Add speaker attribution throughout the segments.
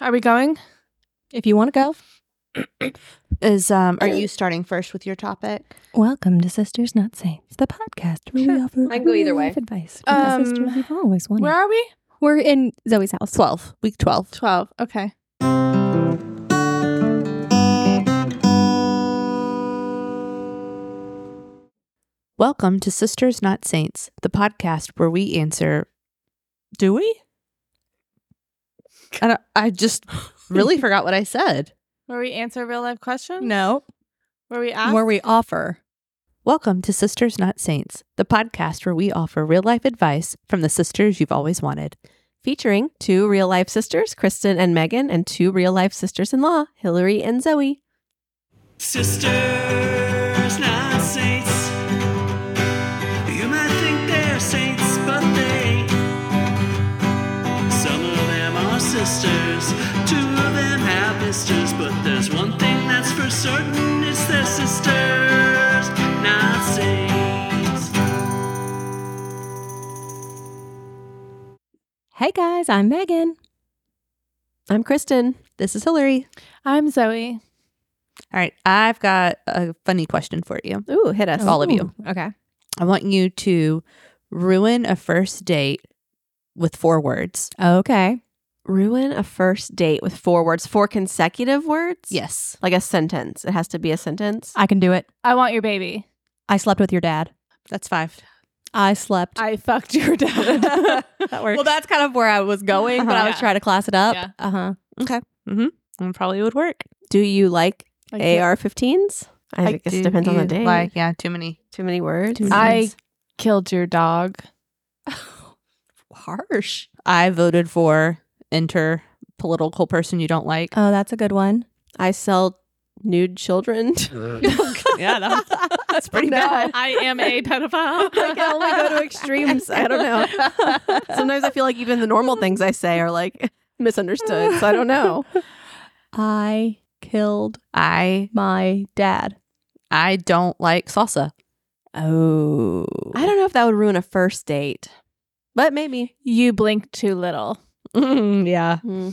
Speaker 1: Are we going?
Speaker 2: If you want to go.
Speaker 3: Is um are you starting first with your topic?
Speaker 2: Welcome to Sisters Not Saints, the podcast where we
Speaker 1: Sure.
Speaker 2: offer
Speaker 3: I can go
Speaker 2: real
Speaker 3: either way.
Speaker 2: life advice from the
Speaker 1: Um,
Speaker 2: sisters we've always wanted.
Speaker 1: Where are we?
Speaker 2: We're in Zoe's house. 12, week 12.
Speaker 1: 12. Okay.
Speaker 3: Welcome to Sisters Not Saints, the podcast where we answer Do we? I, don't, I just really forgot what I said.
Speaker 1: Where we answer real life questions?
Speaker 2: No,
Speaker 1: Where we ask?
Speaker 2: where we offer.
Speaker 3: Welcome to Sisters Not Saints, the podcast where we offer real life advice from the sisters you've always wanted.
Speaker 4: featuring two real life sisters, Kristen and Megan, and two real life sisters in law, Hillary and Zoe.
Speaker 5: Sisters, not saints. You might think they're saints, but they. Some of them are sisters, two of them have misters, but there's one thing that's for certain it's their sisters, not saints.
Speaker 4: Hey guys, I'm Megan. I'm Kristen.
Speaker 3: This is Hillary.
Speaker 1: I'm Zoe.
Speaker 3: All right, I've got a funny question for you.
Speaker 4: Ooh, hit us.
Speaker 3: All of you.
Speaker 4: Okay.
Speaker 3: I want you to ruin a first date with four words.
Speaker 2: Uh,
Speaker 4: Okay. Ruin a first date with four words, four consecutive words?
Speaker 3: Yes.
Speaker 4: Like a sentence. It has to be a sentence.
Speaker 2: I can do it.
Speaker 1: I want your baby.
Speaker 2: I slept with your dad.
Speaker 3: That's five.
Speaker 2: I slept.
Speaker 1: I fucked your dad.
Speaker 3: That works.
Speaker 2: well, that's kind of where I was going, but I was
Speaker 4: Uh-huh.
Speaker 1: Yeah.
Speaker 2: trying to class it up.
Speaker 1: Yeah.
Speaker 2: Uh huh.
Speaker 3: That probably would work.
Speaker 4: Do you like
Speaker 1: Like,
Speaker 4: AR 15s? I, guess it depends on the date.
Speaker 3: Like, yeah, too many.
Speaker 4: Too many words.
Speaker 3: Too many
Speaker 1: I killed your dog.
Speaker 3: Harsh. I voted for enter political person you don't like.
Speaker 2: Oh, that's a good one.
Speaker 4: I sell nude children.
Speaker 3: yeah, that was, that's pretty bad.
Speaker 1: I am a pedophile.
Speaker 4: I can only go to extremes. I don't know. Sometimes I feel like even the normal things I say are like misunderstood. So I don't know.
Speaker 2: I killed
Speaker 3: I
Speaker 2: my dad.
Speaker 3: I don't like salsa.
Speaker 2: Oh.
Speaker 4: I don't know if that would ruin a first date, but maybe.
Speaker 1: you blink too little.
Speaker 3: yeah.
Speaker 4: Hmm.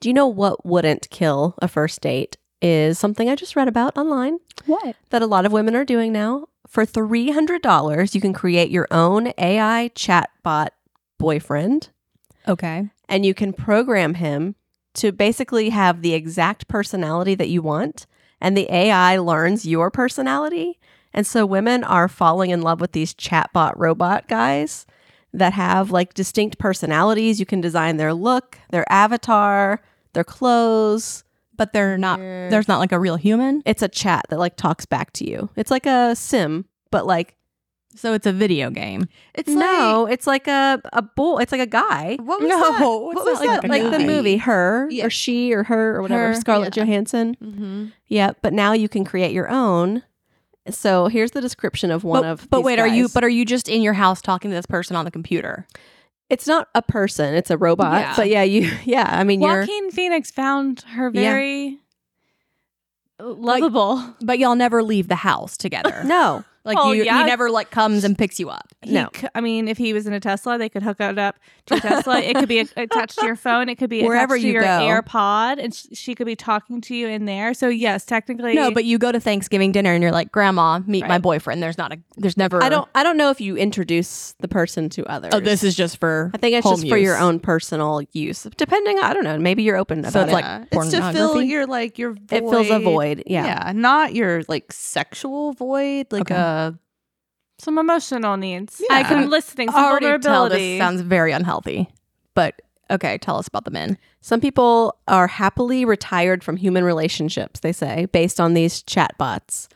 Speaker 4: Do you know what wouldn't kill a first date? Is something I just read about online
Speaker 2: What?
Speaker 4: that a lot of women are doing now. For $300, you can create your own AI chatbot boyfriend.
Speaker 2: Okay.
Speaker 4: and you can program him to basically have the exact personality that you want and the AI learns your personality. And so women are falling in love with these chatbot robot guys that have like distinct personalities. You can design their look, their avatar, their clothes.
Speaker 2: But they're
Speaker 3: Uh,
Speaker 2: not, there's not like a real human.
Speaker 4: It's a chat that like talks back to you. It's like a sim, but like
Speaker 2: So it's a video game.
Speaker 3: It's
Speaker 4: no, it's like a a bull. It's like a guy.
Speaker 3: What was
Speaker 4: no,
Speaker 3: that?
Speaker 4: What
Speaker 3: It's
Speaker 4: was
Speaker 3: not
Speaker 4: that?
Speaker 3: like a
Speaker 4: Like, the
Speaker 3: guy.
Speaker 4: movie, her
Speaker 3: Yeah.
Speaker 4: or she or her or whatever.
Speaker 1: Her,
Speaker 4: Scarlett
Speaker 1: yeah.
Speaker 4: Johansson.
Speaker 3: like mm-hmm.
Speaker 4: Yeah, but now you can create your own. So here's the description of one
Speaker 2: but,
Speaker 4: of.
Speaker 2: But
Speaker 4: these
Speaker 2: wait, are you?
Speaker 4: guys.
Speaker 2: But are you just in your house talking to this person on the computer?
Speaker 4: it's not a person; it's a robot.
Speaker 1: Yeah.
Speaker 4: But yeah, you. Yeah, I mean, you're.
Speaker 1: Joaquin Phoenix found her
Speaker 4: Yeah.
Speaker 1: very lovable.
Speaker 2: But y'all never leave the house together.
Speaker 4: No,
Speaker 2: like
Speaker 1: Well,
Speaker 2: you,
Speaker 1: yeah.
Speaker 2: he never like comes and picks you up.
Speaker 1: He
Speaker 4: No.
Speaker 1: c- I mean, if he was in a Tesla, they could hook it up to a Tesla. it could be a- attached to your phone. It could be
Speaker 4: Wherever
Speaker 1: attached to
Speaker 4: you
Speaker 1: your
Speaker 4: go.
Speaker 1: AirPod, and sh- she could be talking to you in there. So yes, technically,
Speaker 2: No, but you go to Thanksgiving dinner and you're like, Grandma, meet my
Speaker 1: Right.
Speaker 2: boyfriend. There's not a. There's never.
Speaker 4: I don't. I don't know if you introduce the person to others.
Speaker 2: Oh, this is just for.
Speaker 4: I think it's
Speaker 2: home
Speaker 4: just for your
Speaker 2: use.
Speaker 4: own personal use. Depending, I don't know. Maybe you're open.
Speaker 2: So
Speaker 4: about
Speaker 2: it's
Speaker 4: it.
Speaker 2: like
Speaker 3: it's to fill
Speaker 2: pornography?
Speaker 3: your like your void.
Speaker 4: it fills a void. Yeah.
Speaker 3: not your like sexual void, like uh,
Speaker 2: Okay.
Speaker 3: a
Speaker 1: some emotional needs.
Speaker 3: Yeah.
Speaker 1: I can listening, some
Speaker 2: Already tell
Speaker 1: vulnerability.
Speaker 2: this sounds very unhealthy, but okay, tell us about the men.
Speaker 4: Some people are happily retired from human relationships, they say, based on these chatbots.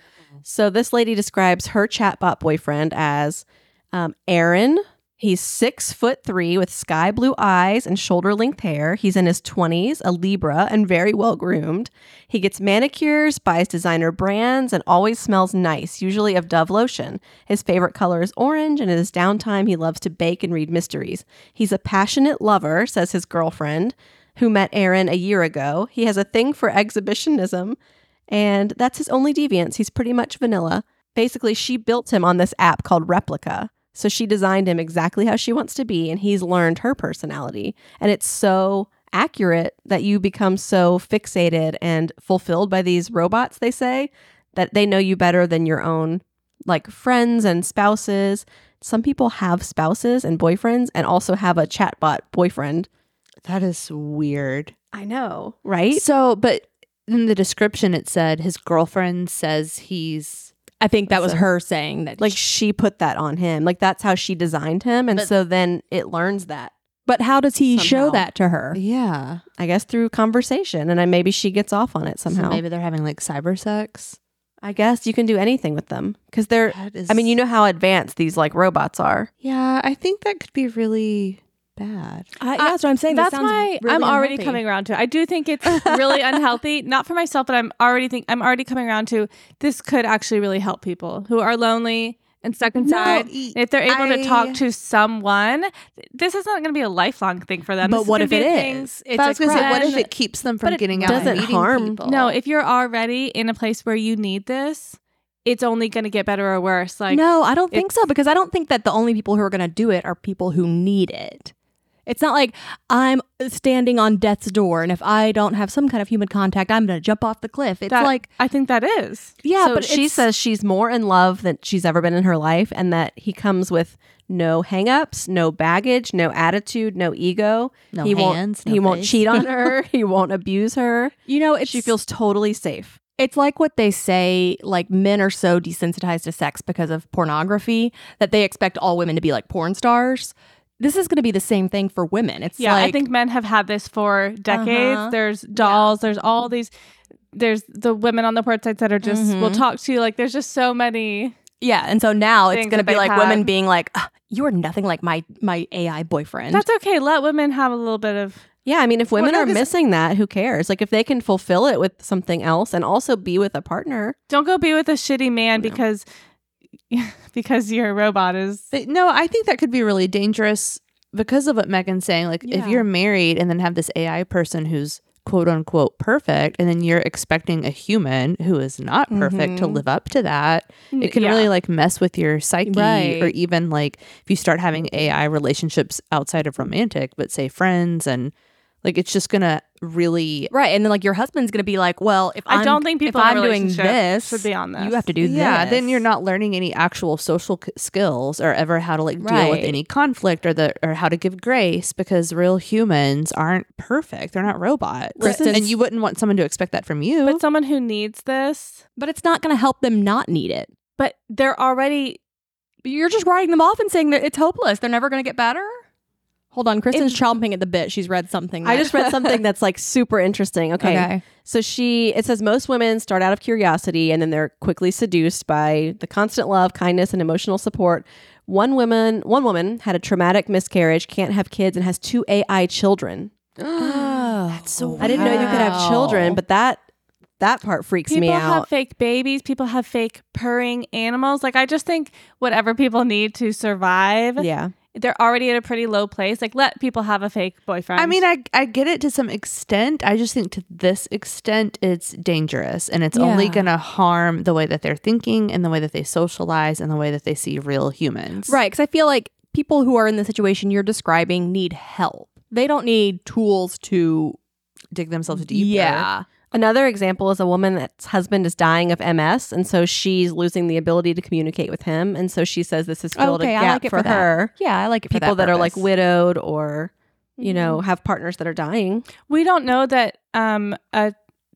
Speaker 4: So this lady describes her chatbot boyfriend as um, Aaron. He's six foot three with sky blue eyes and shoulder length hair. He's in his 20s, a Libra, and very well groomed. He gets manicures, buys designer brands, and always smells nice, usually of Dove lotion. His favorite color is orange, and in his downtime, he loves to bake and read mysteries. He's a passionate lover, says his girlfriend, who met Aaron a year ago. He has a thing for exhibitionism, and that's his only deviance. He's pretty much vanilla. Basically, she built him on this app called Replica. So she designed him exactly how she wants to be, and he's learned her personality. And it's so accurate that you become so fixated and fulfilled by these robots, they say, that they know you better than your own like friends and spouses. Some people have spouses and boyfriends and also have a chatbot boyfriend,
Speaker 3: That is weird.
Speaker 1: I know.
Speaker 4: right?
Speaker 3: So, but in the description, it said his girlfriend says he's.
Speaker 2: I think that was
Speaker 3: So-
Speaker 2: her saying that.
Speaker 4: Like
Speaker 2: she-
Speaker 4: she put that on him. Like that's how she designed him and
Speaker 3: But-
Speaker 4: so then it learns that.
Speaker 2: but how does he
Speaker 4: Somehow.
Speaker 2: show that to her?
Speaker 3: Yeah.
Speaker 4: I guess through conversation and I, maybe she gets off on it
Speaker 3: So
Speaker 4: somehow.
Speaker 3: maybe they're having like cyber sex.
Speaker 4: I guess you can do anything with them cuz they're
Speaker 3: That is,
Speaker 4: I mean, you know how advanced these like robots are.
Speaker 3: Yeah, I think that could be really bad.
Speaker 2: I, that's what I'm saying.
Speaker 1: Uh, That's why I'm already coming around to. it. I do think it's really unhealthy, not for myself, but I'm already think I'm already coming around to this could actually really help people who are lonely and stuck inside.
Speaker 3: e-
Speaker 1: if they're able to
Speaker 3: I-
Speaker 1: talk to someone, th- this is not going to be a lifelong thing for them.
Speaker 2: But
Speaker 1: This is
Speaker 2: what
Speaker 1: gonna
Speaker 2: if it
Speaker 1: be
Speaker 2: is?
Speaker 1: things-
Speaker 3: But I was
Speaker 1: It's a
Speaker 3: gonna say, what if
Speaker 1: crutch.
Speaker 3: it keeps them
Speaker 1: But
Speaker 3: from
Speaker 1: it
Speaker 3: getting out
Speaker 4: doesn't
Speaker 3: and meeting
Speaker 4: harm.
Speaker 3: people?
Speaker 1: No, if you're already in a place where you need this, it's only going to get better or worse. Like
Speaker 2: no, I don't think so because I don't think that the only people who are going to do it are people who need it. It's not like I'm standing on death's door, and if I don't have some kind of human contact, I'm going to jump off the cliff. It's
Speaker 1: that-
Speaker 2: like,
Speaker 1: I think that is.
Speaker 2: yeah,
Speaker 4: so
Speaker 2: but
Speaker 4: she
Speaker 2: it's-
Speaker 4: says she's more in love than she's ever been in her life and that he comes with no hangups, no baggage, no attitude, no ego.
Speaker 3: No
Speaker 4: he
Speaker 3: hands,
Speaker 4: won't
Speaker 3: no
Speaker 4: he won't
Speaker 3: face.
Speaker 4: cheat on her, he won't abuse her.
Speaker 2: you know, it's,
Speaker 4: She feels totally safe.
Speaker 2: it's like what they say like men are so desensitized to sex because of pornography that they expect all women to be like porn stars. This is going to be the same thing for women. It's
Speaker 1: Yeah, I
Speaker 2: like-
Speaker 1: think men have had this for decades.
Speaker 2: Uh-huh.
Speaker 1: There's dolls. There's all these. There's the women on the porn sites that are just will
Speaker 2: Mhm.
Speaker 1: talk to you. Like there's just so many.
Speaker 2: Yeah, and so now it's
Speaker 1: Things
Speaker 2: going to
Speaker 1: that
Speaker 2: be
Speaker 1: they've
Speaker 2: like
Speaker 1: had.
Speaker 2: women being like, "Ugh, "You are nothing like my my AI boyfriend."
Speaker 1: That's okay. Let women have a little bit of.
Speaker 4: Yeah, I mean if women
Speaker 2: no,
Speaker 4: are
Speaker 2: 'cause-
Speaker 4: missing that, who cares? Like if they can fulfill it with something else and also be with a partner.
Speaker 1: Don't go be with a shitty man because because your robot is.
Speaker 3: But no, I think that could be really dangerous because of what Megan's saying. Like, if
Speaker 1: Yeah.
Speaker 3: you're married and then have this AI person who's quote unquote perfect, and then you're expecting a human who is not perfect to
Speaker 2: Mhm.
Speaker 3: live up to that, it
Speaker 1: Mm-hmm.
Speaker 3: can
Speaker 1: Yeah.
Speaker 3: really like mess with your psyche. Or
Speaker 2: Right.
Speaker 3: even like if you start having AI relationships outside of romantic, but say friends and like it's just gonna really.
Speaker 2: right. And then like your husband's going to be like, "Well, if
Speaker 1: I
Speaker 2: I'm-
Speaker 1: don't think
Speaker 2: if
Speaker 1: people in
Speaker 2: I'm doing
Speaker 1: relationships
Speaker 2: this,
Speaker 1: should be on this.
Speaker 2: You have to do
Speaker 3: Yeah,
Speaker 2: this."
Speaker 3: then you're not learning any actual social c- skills or ever how to like deal with
Speaker 2: Right.
Speaker 3: any conflict or the or how to give grace because real humans aren't perfect. They're not robots.
Speaker 2: Kristen's-
Speaker 3: and you wouldn't want someone to expect that from you.
Speaker 1: But someone who needs this,
Speaker 2: But it's not going to help them not need it.
Speaker 1: but they're already.
Speaker 2: You're just writing them off and saying that it's hopeless. They're never going to get better. Hold on, Kristen's chomping at the bit. She's read something.
Speaker 4: I
Speaker 2: that-
Speaker 4: just read something that's like super interesting. okay. So she it says most women start out of curiosity and then they're quickly seduced by the constant love, kindness and emotional support. One woman, one woman had a traumatic miscarriage, can't have kids and has two AI children.
Speaker 2: That's
Speaker 3: so
Speaker 4: I didn't know you could have
Speaker 2: Wow.
Speaker 4: children, but that that part freaks
Speaker 1: People
Speaker 4: me
Speaker 1: have
Speaker 4: out.
Speaker 1: fake babies. People have fake purring animals. Like I just think whatever people need to survive,
Speaker 4: yeah.
Speaker 1: they're already at a pretty low place. Like let people have a fake boyfriend.
Speaker 3: I mean, I I get it to some extent. I just think to this extent, it's dangerous, and it's only
Speaker 2: Yeah.
Speaker 3: going to harm the way that they're thinking and the way that they socialize and the way that they see real humans.
Speaker 2: Right. Because I feel like people who are in the situation you're describing need help. They don't need tools to.
Speaker 3: dig themselves deeper.
Speaker 2: Yeah.
Speaker 4: Another example is a woman that's husband is dying of MS and so she's losing the ability to communicate with him and so she says this has filled
Speaker 2: Okay,
Speaker 4: a
Speaker 2: I
Speaker 4: gap
Speaker 2: like it
Speaker 4: for,
Speaker 2: for that.
Speaker 4: her.
Speaker 2: Yeah, I like it. For
Speaker 4: People that are like
Speaker 2: purpose. Mm-hmm.
Speaker 4: widowed or you know, have partners that are dying.
Speaker 1: we don't know that um a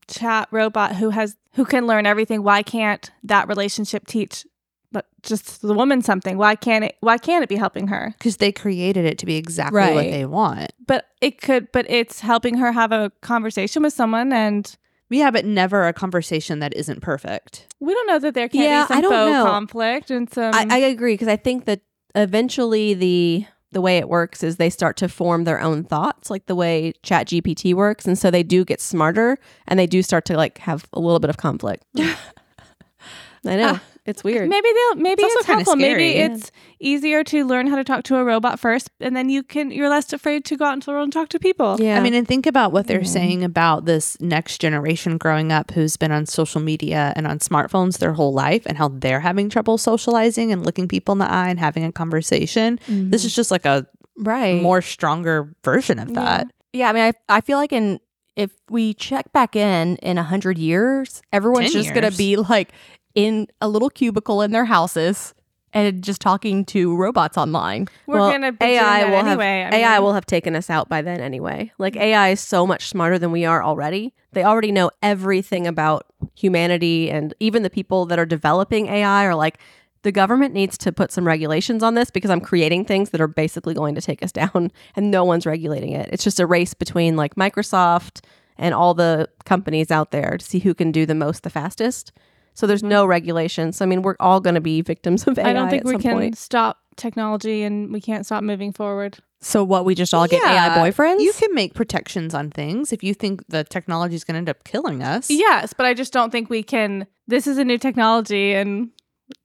Speaker 1: chat robot who has who can learn everything why can't that relationship teach but just the woman something why can't it why can't it be helping her
Speaker 3: Because they created it to be exactly what
Speaker 2: Right.
Speaker 3: they want.
Speaker 1: but it could but it's helping her have a conversation with someone and
Speaker 3: Yeah, but never a conversation that isn't perfect.
Speaker 1: we don't know that there can't
Speaker 4: Yeah,
Speaker 1: be some
Speaker 4: I don't
Speaker 1: faux
Speaker 4: know.
Speaker 1: conflict and some
Speaker 2: Um,
Speaker 4: I, I agree because I think that eventually the the way it works is they start to form their own thoughts, like the way Chat GPT works, and so they do get smarter and they do start to like have a little bit of conflict. I know it's weird.
Speaker 1: maybe they'll maybe
Speaker 3: It's
Speaker 1: it's,
Speaker 3: also kinda
Speaker 1: helpful maybe
Speaker 3: scary.
Speaker 1: it's easier to learn how to talk to a robot first and then you can you're less afraid to go out into the world and talk to people
Speaker 4: Yeah,
Speaker 3: I mean, and think about what they're saying about this next generation growing up who's been on social media and on smartphones their whole life and how they're having trouble socializing and looking people in the eye and having a conversation. This is just like a
Speaker 2: right.
Speaker 3: more stronger version of that.
Speaker 2: Yeah, I mean, I, I feel like in if we check back in in a hundred years, everyone's
Speaker 3: 10
Speaker 2: just gonna
Speaker 3: years.
Speaker 2: be like in a little cubicle in their houses and just talking to robots online.
Speaker 1: We're
Speaker 4: Well,
Speaker 1: gonna be
Speaker 4: AI
Speaker 1: doing
Speaker 4: will
Speaker 1: that
Speaker 4: have-
Speaker 1: anyway. I
Speaker 4: AI
Speaker 1: mean, Mm.
Speaker 4: will have taken us out by then anyway. Like AI is so much smarter than we are already. They already know everything about humanity and even the people that are developing AI are like the government needs to put some regulations on this because I'm creating things that are basically going to take us down and no one's regulating it. It's just a race between like Microsoft and all the companies out there to see who can do the most the fastest. So there's no regulations. So, I mean, we're all going to be victims of AI.
Speaker 1: Mm. I don't think
Speaker 4: at
Speaker 1: we
Speaker 4: some
Speaker 1: can
Speaker 4: point.
Speaker 1: stop technology, and we can't stop moving forward.
Speaker 2: So what we just all get
Speaker 3: Yeah,
Speaker 2: AI boyfriends?
Speaker 3: Uh, You can make protections on things if you think the technology is going to end up killing us.
Speaker 1: Yes, but I just don't think we can. This is a new technology, and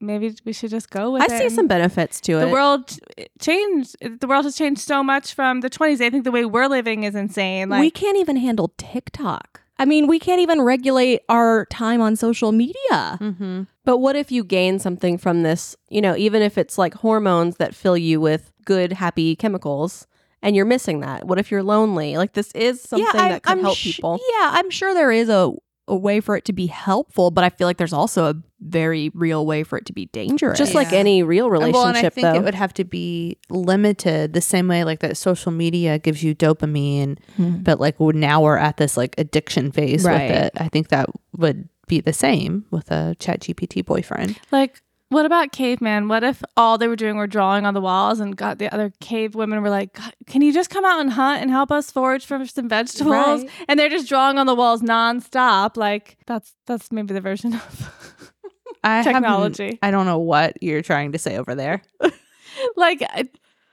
Speaker 1: maybe we should just go with
Speaker 4: I
Speaker 1: it.
Speaker 4: see
Speaker 1: and-
Speaker 4: some benefits to
Speaker 1: the
Speaker 4: it.
Speaker 1: world ch- changed. The world has changed so much from the 20s. I think the way we're living is insane. Like,
Speaker 2: we can't even handle TikTok. I mean, we can't even regulate our time on social media.
Speaker 3: Mm-hmm.
Speaker 4: But what if you gain something from this? You know, even if it's like hormones that fill you with good, happy chemicals, and you're missing that. What if you're lonely? Like this is something
Speaker 2: I'm-
Speaker 4: that could
Speaker 2: I'm
Speaker 4: help
Speaker 2: su-
Speaker 4: people.
Speaker 2: Yeah, I'm sure there is a, a way for it to be helpful, but I feel like there's also a very real way for it to be dangerous.
Speaker 4: Just like
Speaker 3: Yeah.
Speaker 4: any real
Speaker 3: And
Speaker 4: relationship,
Speaker 3: Well, and I think
Speaker 4: though.
Speaker 3: it would have to be limited the same way like that social media gives you dopamine,
Speaker 2: Mhm.
Speaker 3: but like w- now we're at this like addiction phase
Speaker 2: Right.
Speaker 3: with it. I think that would be the same with a chat GPT boyfriend.
Speaker 1: like what about caveman? What if all they were doing were drawing on the walls, and got the other cave women were like, "God, "Can you just come out and hunt and help us forage for some vegetables?"
Speaker 2: Right.
Speaker 1: And they're just drawing on the walls nonstop. Like that's that's maybe the version of
Speaker 3: I haven't-
Speaker 1: technology.
Speaker 3: I don't know what you're trying to say over there.
Speaker 1: like I-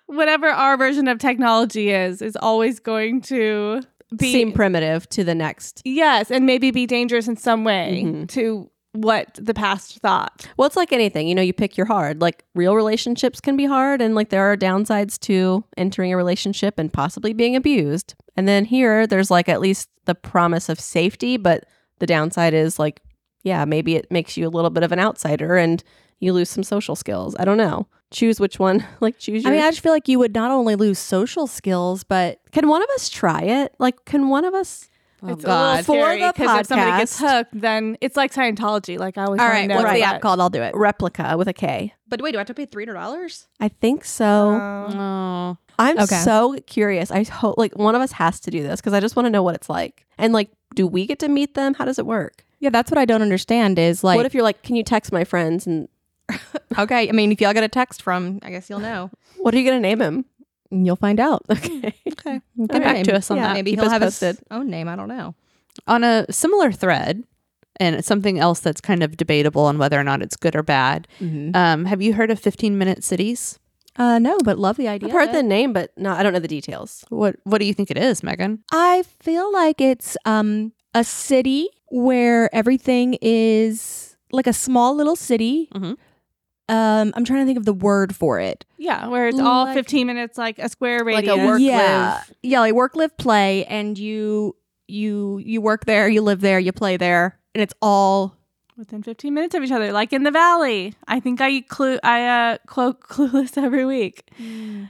Speaker 1: whatever our version of technology is, is always going to be
Speaker 4: seem primitive to the next.
Speaker 1: Yes, and maybe be dangerous in some way
Speaker 4: Mhm.
Speaker 1: to what the past thought.
Speaker 4: Well, it's like anything. You know, you pick your hard. Like real relationships can be hard, and like there are downsides to entering a relationship and possibly being abused. And then here, there's like at least the promise of safety, but the downside is like, yeah, maybe it makes you a little bit of an outsider and you lose some social skills. I don't know. Choose which one. Like choose.
Speaker 2: I
Speaker 4: Your-
Speaker 2: mean, I just feel like you would not only lose social skills, but
Speaker 4: can one of us try it? Like, can one of us?
Speaker 1: it's a little scary
Speaker 4: For the
Speaker 1: because if somebody gets
Speaker 4: podcast.
Speaker 1: hooked, then it's like Scientology. Like I always
Speaker 2: all
Speaker 1: wanna
Speaker 2: right,
Speaker 1: know
Speaker 2: what's the
Speaker 1: about
Speaker 2: app called? I'll do it.
Speaker 4: Replica with a K. Uh,
Speaker 2: But wait, do I have to pay three hundred dollars?
Speaker 4: I think so.
Speaker 1: Um,
Speaker 3: Oh.
Speaker 4: I'm
Speaker 2: Okay.
Speaker 4: so curious. I hope like one of us has to do this because I just want to know what it's like. And like, do we get to meet them? How does it work?
Speaker 2: Yeah, that's what I don't understand. Is like,
Speaker 4: what if you're like, can you text my friends and
Speaker 2: okay, I mean, if y'all get a text from, I guess you'll know.
Speaker 4: what are you gonna name him?
Speaker 2: You'll find out.
Speaker 4: Okay. Okay.
Speaker 2: Get
Speaker 3: back to us on that.
Speaker 2: Maybe
Speaker 4: Keep
Speaker 2: he'll
Speaker 4: us
Speaker 2: have
Speaker 4: posted.
Speaker 2: his own name. I don't know.
Speaker 3: on a similar thread and it's something else that's kind of debatable on whether or not it's good or bad um, have you heard of 15 minute cities
Speaker 2: Uh, no, but love the idea.
Speaker 4: I've
Speaker 2: of
Speaker 4: heard
Speaker 2: it.
Speaker 4: the name, but no, I don't know the details.
Speaker 3: what what do you think it is megan
Speaker 2: I feel like it's um a city where everything is like a small little city.
Speaker 3: Mhm.
Speaker 2: Um, I'm trying to think of the word for it.
Speaker 1: yeah, where it's all
Speaker 2: Like-
Speaker 1: 15 minutes, like a square radius.
Speaker 4: a work-
Speaker 2: yeah,
Speaker 4: live.
Speaker 2: yeah, like work, live, play, and you you you work there, you live there, you play there, and it's all
Speaker 1: within 15 minutes of each other, like in the valley. I think I clue I uh quote clueless every week.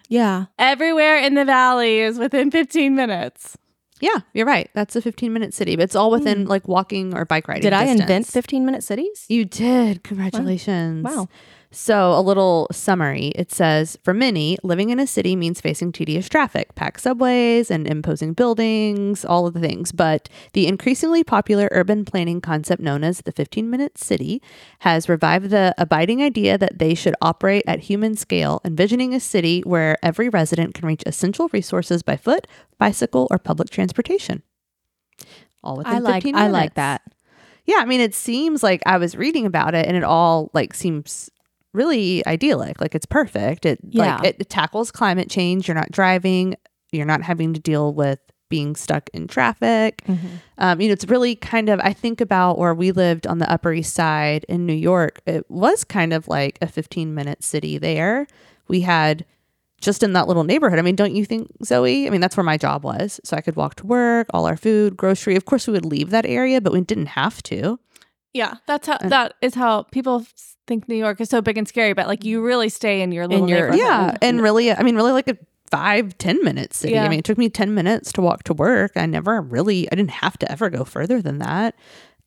Speaker 2: yeah.
Speaker 1: Everywhere in the valley is within 15 minutes.
Speaker 3: yeah you're right that's a 15 minute city but it's all within like walking or bike riding
Speaker 2: Hmm. Did I
Speaker 3: distance.
Speaker 2: invent 15 minute cities?
Speaker 3: You did. Congratulations.
Speaker 2: Wow.
Speaker 3: So, a little summary. It says For many, living in a city means facing tedious traffic, packed subways, and imposing buildings, all of the things. But the increasingly popular urban planning concept known as the 15 minute city has revived the abiding idea that they should operate at human scale, envisioning a city where every resident can reach essential resources by foot, bicycle, or public transportation. All within
Speaker 2: I like
Speaker 3: 15
Speaker 2: I like
Speaker 3: minutes.
Speaker 2: that.
Speaker 3: Yeah, I mean, it seems like I was reading about it, and it all like seems really idyllic. Like it's perfect. It
Speaker 2: Yeah.
Speaker 3: like it tackles climate change. You're not driving. You're not having to deal with being stuck in traffic. Um, you know, it's really kind of. I think about where we lived on the Upper East Side in New York. It was kind of like a 15 minute city. There, we had just in that little neighborhood. I mean, don't you think, Zoe? I mean, that's where my job was. So I could walk to work, all our food, grocery. Of course, we would leave that area, but we didn't have to.
Speaker 1: Yeah, that's how that is how people think New York is so big and scary, but like you really stay in your little
Speaker 4: your-
Speaker 1: neighborhood.
Speaker 3: Yeah. And really, I mean, really like if five, 10 minute city. I
Speaker 1: Yeah.
Speaker 3: mean, it took me 10 minutes to walk to work. I never really, I didn't have to ever go further than that.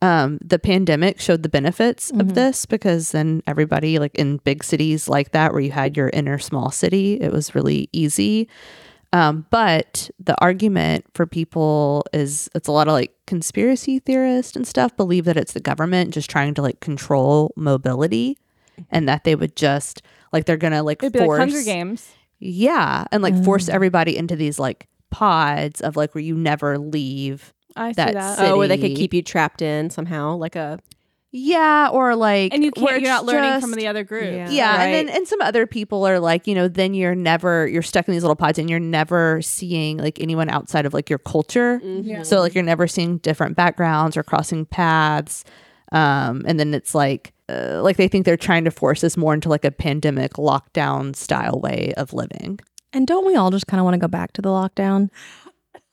Speaker 3: Um, the pandemic showed the benefits
Speaker 1: Mm-hmm.
Speaker 3: of this because then everybody, like in big cities like that, where you had your inner small city, it was really easy. Um, but the argument for people is it's a lot of like conspiracy theorists and stuff believe that it's the government just trying to like control mobility and that they would just like they're gonna like
Speaker 1: It'd be
Speaker 3: force
Speaker 1: like Hunger Games.
Speaker 3: yeah and like
Speaker 1: Mm.
Speaker 3: force everybody into these like pods of like where you never leave
Speaker 1: I see
Speaker 3: That's
Speaker 1: that.
Speaker 3: it.
Speaker 4: Oh, where they could
Speaker 3: City.
Speaker 4: keep you trapped in somehow, like a
Speaker 3: yeah or like
Speaker 1: and you
Speaker 3: where
Speaker 1: can't. You're
Speaker 3: it's
Speaker 1: not learning from
Speaker 3: just-
Speaker 1: the other group.
Speaker 4: Yeah.
Speaker 3: yeah
Speaker 4: Right.
Speaker 3: and then and some other people are like you know then you're never you're stuck in these little pods and you're never seeing like anyone outside of like your culture so like you're never seeing different backgrounds or crossing paths um and then it's like uh, like they think they're trying to force us more into like a pandemic lockdown style way of living
Speaker 2: And don't we all just kind of want to go back to the lockdown?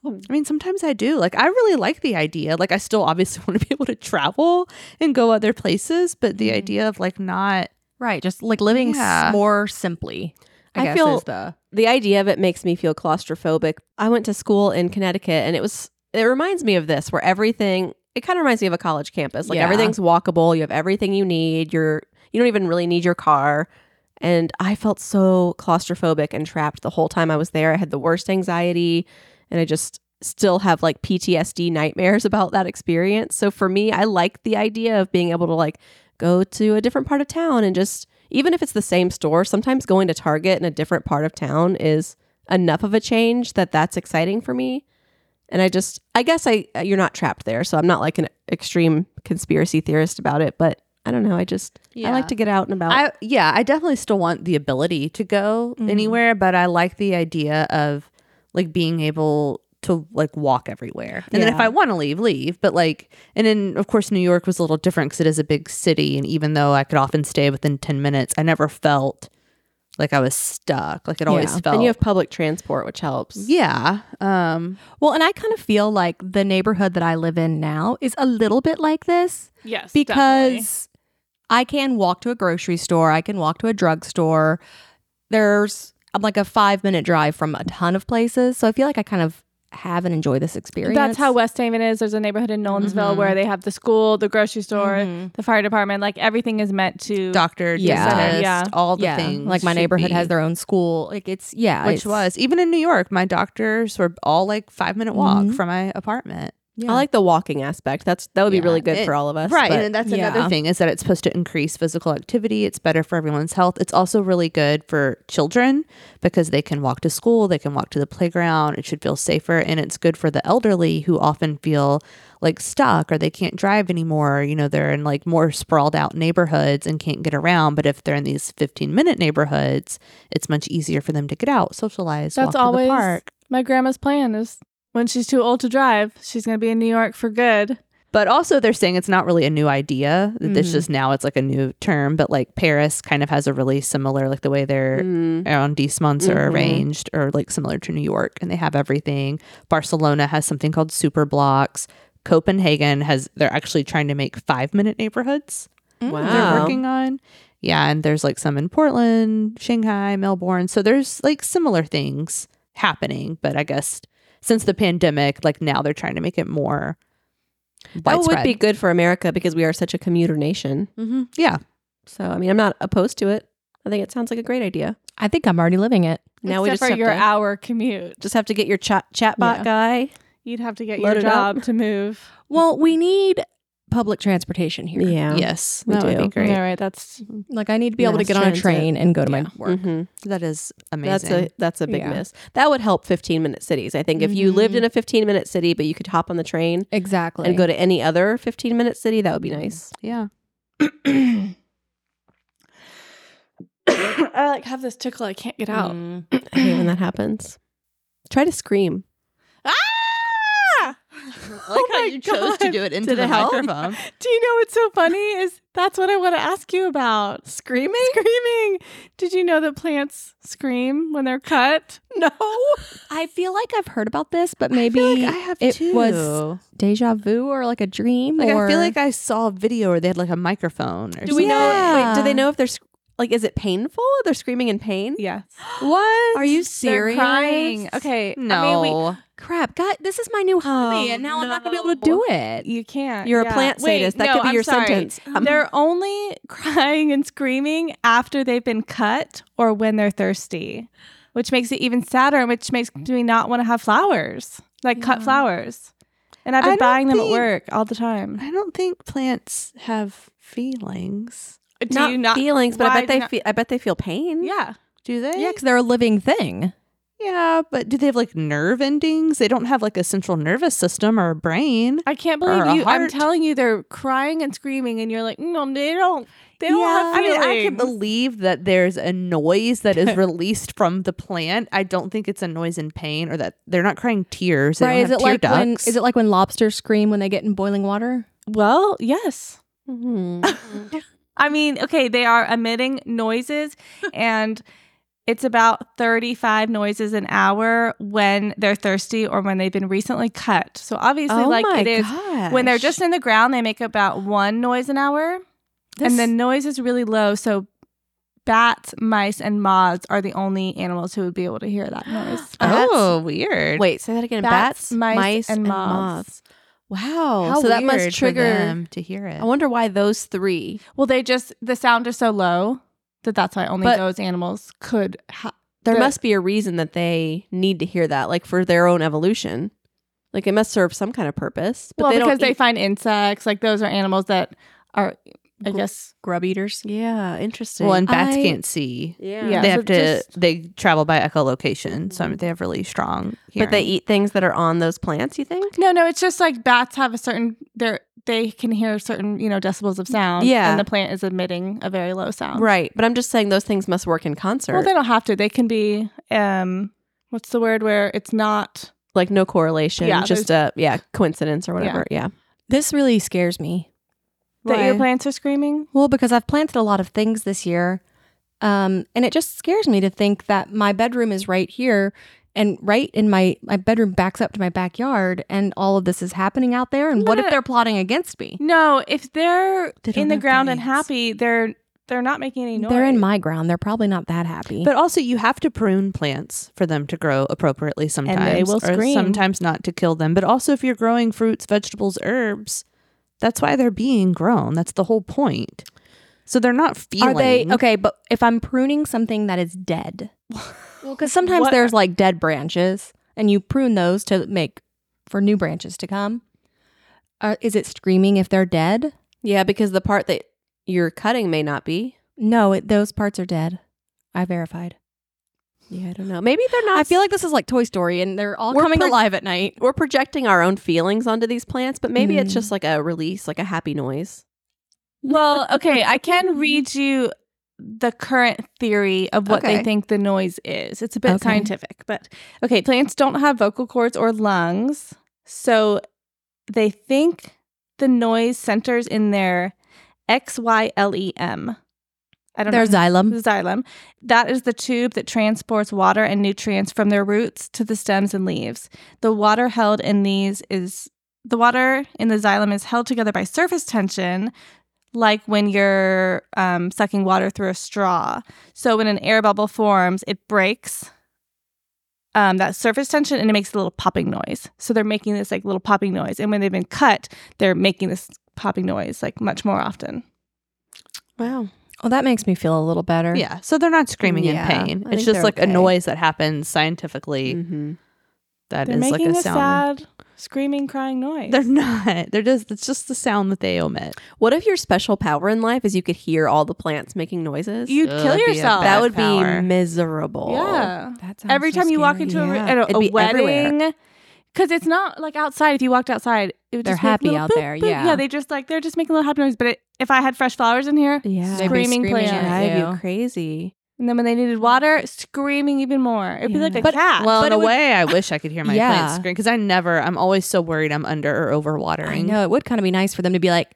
Speaker 3: I mean, sometimes I do. Like, I really like the idea. Like, I still obviously want to be able to travel and go other places, but the idea of like not,
Speaker 2: Right, just like living s-
Speaker 3: Yeah.
Speaker 2: more simply. I,
Speaker 4: I
Speaker 2: guess
Speaker 4: feel-
Speaker 2: is the
Speaker 4: the idea of it makes me feel claustrophobic. I went to school in Connecticut and it was it reminds me of this where everything it kind of reminds me of a college campus. Like
Speaker 2: Yeah.
Speaker 4: everything's walkable, you have everything you need, you're you don't even really need your car. And I felt so claustrophobic and trapped the whole time I was there. I had the worst anxiety and I just still have like PTSD nightmares about that experience. So for me, I like the idea of being able to like go to a different part of town and just even if it's the same store, sometimes going to Target in a different part of town is enough of a change that that's exciting for me. And I just I guess I uh, you're not trapped there, so I'm not like an extreme conspiracy theorist about it, but I don't know, I just I
Speaker 3: Yeah.
Speaker 4: like to get out and about.
Speaker 3: I, yeah, I definitely still want the ability to go anywhere, but I like the idea of like being able to like walk everywhere. And then if I want to leave, leave. But like, and then of course, New York was a little different because it is a big city. And even though I could often stay within 10 minutes, I never felt like I was stuck. Like, it always
Speaker 2: Yeah.
Speaker 3: felt.
Speaker 4: and you have public transport, which helps.
Speaker 3: yeah. Um,
Speaker 2: Well, and I kind of feel like the neighborhood that I live in now is a little bit like this
Speaker 1: Yes. definitely.
Speaker 2: because I can walk to a grocery store, I can walk to a drugstore. There's I'm like a 5-minute drive from a ton of places, so I feel like I kind of have and enjoy this experience.
Speaker 1: That's how West Haven is. There's a neighborhood in Nolensville
Speaker 4: Mm-hmm.
Speaker 1: where they have the school, the grocery store,
Speaker 2: Mhm.
Speaker 1: the fire department. Like everything is meant to.
Speaker 3: doctor,
Speaker 2: Yeah.
Speaker 3: dentist,
Speaker 1: Yeah.
Speaker 3: all the
Speaker 2: yeah,
Speaker 3: things.
Speaker 2: like my
Speaker 3: should
Speaker 2: neighborhood
Speaker 3: be-
Speaker 2: has their own school. Like it's yeah,
Speaker 3: which
Speaker 2: it's-
Speaker 3: was even in New York, my doctors were all like five minute walk Mm-hmm. from my apartment.
Speaker 2: yeah.
Speaker 4: I like the walking aspect. That's that would be
Speaker 3: Yeah.
Speaker 4: really good
Speaker 3: It-
Speaker 4: for all of us.
Speaker 3: Right.
Speaker 4: but-
Speaker 3: and that's
Speaker 2: Yeah.
Speaker 3: another thing is that it's supposed to increase physical activity. It's better for everyone's health. It's also really good for children because they can walk to school, they can walk to the playground. It should feel safer. And it's good for the elderly who often feel like stuck or they can't drive anymore. You know, they're in like more sprawled out neighborhoods and can't get around. But if they're in these 15 minute neighborhoods, it's much easier for them to get out, socialize,
Speaker 1: That's
Speaker 3: walk
Speaker 1: always
Speaker 3: to the park.
Speaker 1: my grandma's plan. Is when she's too old to drive, she's going to be in New York for good.
Speaker 3: But also, they're saying it's not really a new idea. That It's just now it's like a new term. But like Paris kind of has a really similar, like the way their arrondissements are arranged, or like similar to New York, and they have everything. Barcelona has something called super blocks. Copenhagen has, they're actually trying to make five minute neighborhoods they're
Speaker 4: Wow.
Speaker 3: working on. Yeah. And there's like some in Portland, Shanghai, Melbourne. So there's like similar things happening. But I guess since the pandemic, like now they're trying to make it more. Oh,
Speaker 4: That would
Speaker 3: widespread.
Speaker 4: be good for America because we are such a commuter nation.
Speaker 3: Mm-hmm. Yeah.
Speaker 4: So I mean, I'm not opposed to it. I think it sounds like a great idea.
Speaker 2: I think I'm already living it.
Speaker 4: Now we
Speaker 1: Except
Speaker 4: just
Speaker 1: for
Speaker 4: have,
Speaker 1: your
Speaker 4: to,
Speaker 1: hour commute.
Speaker 4: just have to get your chat chatbot
Speaker 2: Yeah.
Speaker 4: guy.
Speaker 1: You'd have to get
Speaker 4: Load
Speaker 1: your
Speaker 4: it up.
Speaker 1: job to move.
Speaker 2: Well, we need public transportation here.
Speaker 4: Yeah.
Speaker 3: Yes.
Speaker 4: we
Speaker 3: That would
Speaker 4: do.
Speaker 3: be great.
Speaker 1: All right, that's
Speaker 2: Like I need to be able to
Speaker 4: Mass
Speaker 2: get on a
Speaker 4: transit.
Speaker 2: train and go to my work.
Speaker 4: Mhm.
Speaker 3: That is
Speaker 4: That's
Speaker 3: amazing.
Speaker 4: a that's a big
Speaker 2: Yeah.
Speaker 4: miss. That would help 15 minute cities. I think if you
Speaker 3: Mm-hmm.
Speaker 4: lived in a 15 minute city, but you could hop on the train
Speaker 2: Exactly.
Speaker 4: and go to any other 15 minute city, that would be nice.
Speaker 3: yeah.
Speaker 1: I like have this tickle I can't get
Speaker 4: Mm.
Speaker 1: out.
Speaker 3: Mm-hmm.
Speaker 4: I hate when that happens. Try to scream.
Speaker 1: Ah!
Speaker 3: I like
Speaker 1: how my you chose to God.
Speaker 3: do it into
Speaker 4: Did the it help?
Speaker 3: microphone.
Speaker 1: Do you know what's so funny is that's what I want to ask you about. Screaming? Screaming. Did you know that plants scream when they're cut?
Speaker 4: No.
Speaker 2: I feel like I've heard about this, but maybe
Speaker 3: I have
Speaker 2: it
Speaker 3: too.
Speaker 2: was deja vu or like a dream.
Speaker 3: like
Speaker 2: or
Speaker 3: I feel like I saw a video where they had like a microphone. Or
Speaker 4: Do
Speaker 3: something.
Speaker 4: we know? Wait, do
Speaker 2: Yeah.
Speaker 4: they know if they're? sc- Like, is it painful? They're screaming in pain.
Speaker 1: Yes.
Speaker 4: What? Are you
Speaker 1: They're
Speaker 4: serious?
Speaker 1: crying. Okay.
Speaker 3: No.
Speaker 1: I mean,
Speaker 2: Crap, God, this is my new hobby, and now I'm not gonna be able to do it.
Speaker 1: we, you can't.
Speaker 4: You're a
Speaker 1: yeah.
Speaker 4: plant
Speaker 1: Wait,
Speaker 4: sadist. That
Speaker 1: no,
Speaker 4: could be
Speaker 1: I'm
Speaker 4: your
Speaker 1: sorry.
Speaker 4: sentence. Um,
Speaker 1: They're only crying and screaming after they've been cut or when they're thirsty, which makes it even sadder, and which makes me not want to have flowers, like cut flowers. And I've
Speaker 3: I
Speaker 1: been
Speaker 3: don't
Speaker 1: buying them at
Speaker 3: think-
Speaker 1: work all the time.
Speaker 3: I don't think plants have feelings.
Speaker 1: Do
Speaker 4: not,
Speaker 1: you not
Speaker 4: feelings, but I
Speaker 1: why
Speaker 4: bet they
Speaker 1: not-
Speaker 4: feel. I bet they feel pain.
Speaker 1: Yeah.
Speaker 3: Do they?
Speaker 2: Yeah, because they're a living thing.
Speaker 3: Yeah, but do they have like nerve endings? They don't have like a central nervous system or a brain.
Speaker 1: I can't
Speaker 3: Or
Speaker 1: believe
Speaker 3: a
Speaker 1: you. I'm
Speaker 3: heart.
Speaker 1: telling you, they're crying and screaming, and you're like, no, they don't. They don't have
Speaker 3: I mean,
Speaker 1: feelings.
Speaker 3: I can believe that there's a noise that is released from the plant. I don't think it's a noise in pain or that they're not crying tears. They
Speaker 2: Right?
Speaker 3: don't
Speaker 2: Is
Speaker 3: have
Speaker 2: it
Speaker 3: tear
Speaker 2: like when
Speaker 3: ducts.
Speaker 2: is it like when lobsters scream when they get in boiling water?
Speaker 1: well, yes.
Speaker 4: Mhm.
Speaker 1: I mean, okay, they are emitting noises, and it's about 35 noises an hour when they're thirsty or when they've been recently cut. So obviously,
Speaker 4: Oh
Speaker 1: like
Speaker 4: my
Speaker 1: it is
Speaker 4: gosh.
Speaker 1: when they're just in the ground, they make about one noise an hour, and the noise is really low. So bats, mice, and moths are the only animals who would be able to hear that noise.
Speaker 3: oh, weird.
Speaker 4: Wait, say that again. Bats, mice, and, moths. Wow.
Speaker 3: How
Speaker 4: so that
Speaker 3: weird
Speaker 4: must
Speaker 3: for
Speaker 4: trigger.
Speaker 3: them to hear it.
Speaker 4: I wonder why those three.
Speaker 1: Well, they just the sound is so low that that's why only
Speaker 4: But-
Speaker 1: those animals could. Ha-
Speaker 4: There
Speaker 1: The-
Speaker 4: must be a reason that they need to hear that, like for their own evolution. Like it must serve some kind of purpose. But
Speaker 1: well,
Speaker 4: they
Speaker 1: because
Speaker 4: don't
Speaker 1: they
Speaker 4: eat-
Speaker 1: find insects. Like those are animals that are, I
Speaker 2: Gr-
Speaker 1: guess.
Speaker 2: Grub eaters.
Speaker 4: yeah, interesting.
Speaker 3: well, and bats
Speaker 2: I-
Speaker 3: can't see.
Speaker 4: yeah.
Speaker 1: Yeah.
Speaker 3: they
Speaker 1: so
Speaker 3: have to.
Speaker 1: just-
Speaker 3: they travel by echolocation, so I mean, they have really strong. Hearing.
Speaker 4: But they eat things that are on those plants. You think?
Speaker 1: No, no, it's just like bats have a certain they they can hear certain you know decibels of sound.
Speaker 4: Yeah.
Speaker 1: and the plant is emitting a very low sound.
Speaker 4: Right. But I'm just saying those things must work in concert.
Speaker 1: Well, they don't have to. They can be um, what's the word where it's not.
Speaker 4: like no correlation.
Speaker 1: Yeah,
Speaker 4: just a yeah coincidence or whatever. Yeah.
Speaker 2: This really scares me.
Speaker 1: The
Speaker 3: Why?
Speaker 1: earplants are screaming.
Speaker 2: Well, because I've planted a lot of things this year. Um, and it just scares me to think that my bedroom is right here and right in my my bedroom backs up to my backyard and all of this is happening out there and what if
Speaker 1: Yeah.
Speaker 2: they're plotting against me?
Speaker 1: No, if they're
Speaker 3: They don't
Speaker 1: in the
Speaker 3: have
Speaker 1: ground and
Speaker 3: brains.
Speaker 1: happy, they're they're not making any noise.
Speaker 2: They're in my ground. They're probably not that happy.
Speaker 3: But also, you have to prune plants for them to grow appropriately sometimes.
Speaker 1: will
Speaker 3: or
Speaker 1: scream.
Speaker 3: Sometimes not to kill them. But also, if you're growing fruits, vegetables, herbs, that's why they're being grown. That's the whole point. So they're not feeling.
Speaker 2: Are they okay? But if I'm pruning something that is dead, well, because sometimes
Speaker 1: What-
Speaker 2: there's like dead branches, and you prune those to make for new branches to come. Are, is it screaming if they're dead?
Speaker 4: Yeah, because the part that you're cutting may not be.
Speaker 2: No, it, those parts are dead. I verified.
Speaker 4: Yeah, I don't know. Maybe they're not.
Speaker 2: I feel like this is like Toy Story, and they're all
Speaker 4: We're
Speaker 2: coming
Speaker 4: pro-
Speaker 2: alive at night.
Speaker 4: we're projecting our own feelings onto these plants, but maybe it's
Speaker 2: Mm.
Speaker 4: just like a release, like a happy noise.
Speaker 1: Well, okay, I can read you the current theory of what they
Speaker 4: Okay.
Speaker 1: think the noise is. It's a bit
Speaker 2: Okay.
Speaker 1: scientific, but okay, plants don't have vocal cords or lungs, so they think the noise centers in their X Y L E M. I don't
Speaker 2: They're
Speaker 1: know.
Speaker 2: xylem.
Speaker 1: The xylem. That is the tube that transports water and nutrients from their roots to the stems and leaves. The water held in these is the water in the xylem is held together by surface tension, like when you're um, sucking water through a straw. So when an air bubble forms, it breaks um, that surface tension and it makes a little popping noise. So they're making this like little popping noise, and when they've been cut, they're making this popping noise like much more often.
Speaker 4: Wow.
Speaker 2: Well, Oh, that makes me feel a little better.
Speaker 3: Yeah. So they're not screaming
Speaker 4: Yeah, I
Speaker 3: in pain.
Speaker 4: think
Speaker 3: It's just
Speaker 4: they're
Speaker 3: like
Speaker 4: okay.
Speaker 3: a noise that happens scientifically
Speaker 2: Mm.
Speaker 4: Mm-hmm.
Speaker 3: that
Speaker 1: They're
Speaker 3: is like
Speaker 1: making
Speaker 3: a
Speaker 1: a
Speaker 3: sound.
Speaker 1: sad, screaming, crying noise.
Speaker 3: They're not. They're just. It's just the sound that they emit.
Speaker 4: What if your special power in life is you could hear all the plants making noises?
Speaker 1: You'd
Speaker 3: Ugh,
Speaker 1: kill
Speaker 3: that'd be a
Speaker 1: yourself.
Speaker 4: that
Speaker 3: bad
Speaker 4: would
Speaker 3: power.
Speaker 4: be miserable.
Speaker 1: yeah.
Speaker 2: That sounds
Speaker 1: Every
Speaker 2: so
Speaker 1: time you walk
Speaker 2: scary.
Speaker 1: into a,
Speaker 2: Yeah.
Speaker 1: at a,
Speaker 4: It'd
Speaker 1: a
Speaker 4: be everywhere.
Speaker 1: wedding, because it's not like outside. If you walked outside, it would
Speaker 2: They're
Speaker 1: just be like
Speaker 2: happy
Speaker 1: little
Speaker 2: out
Speaker 1: boop,
Speaker 2: there,
Speaker 1: boop.
Speaker 2: yeah.
Speaker 1: yeah. They just like they're just making a little happy noise. But it, if I had fresh flowers in here,
Speaker 4: Yeah.
Speaker 2: They'd be
Speaker 1: screaming,
Speaker 2: screaming
Speaker 1: plants.
Speaker 2: at
Speaker 4: Drive
Speaker 2: you.
Speaker 4: you crazy.
Speaker 1: And then when they needed water, screaming even more. It'd be like
Speaker 4: Yeah.
Speaker 1: a
Speaker 2: But-
Speaker 1: cat.
Speaker 3: Well,
Speaker 2: Uh,
Speaker 3: in
Speaker 2: But it
Speaker 3: a
Speaker 2: would-
Speaker 3: way, I wish I could hear my
Speaker 2: Yeah.
Speaker 3: plants scream because I never. I'm always so worried I'm under or over watering.
Speaker 2: I know it would kind of be nice for them to be like,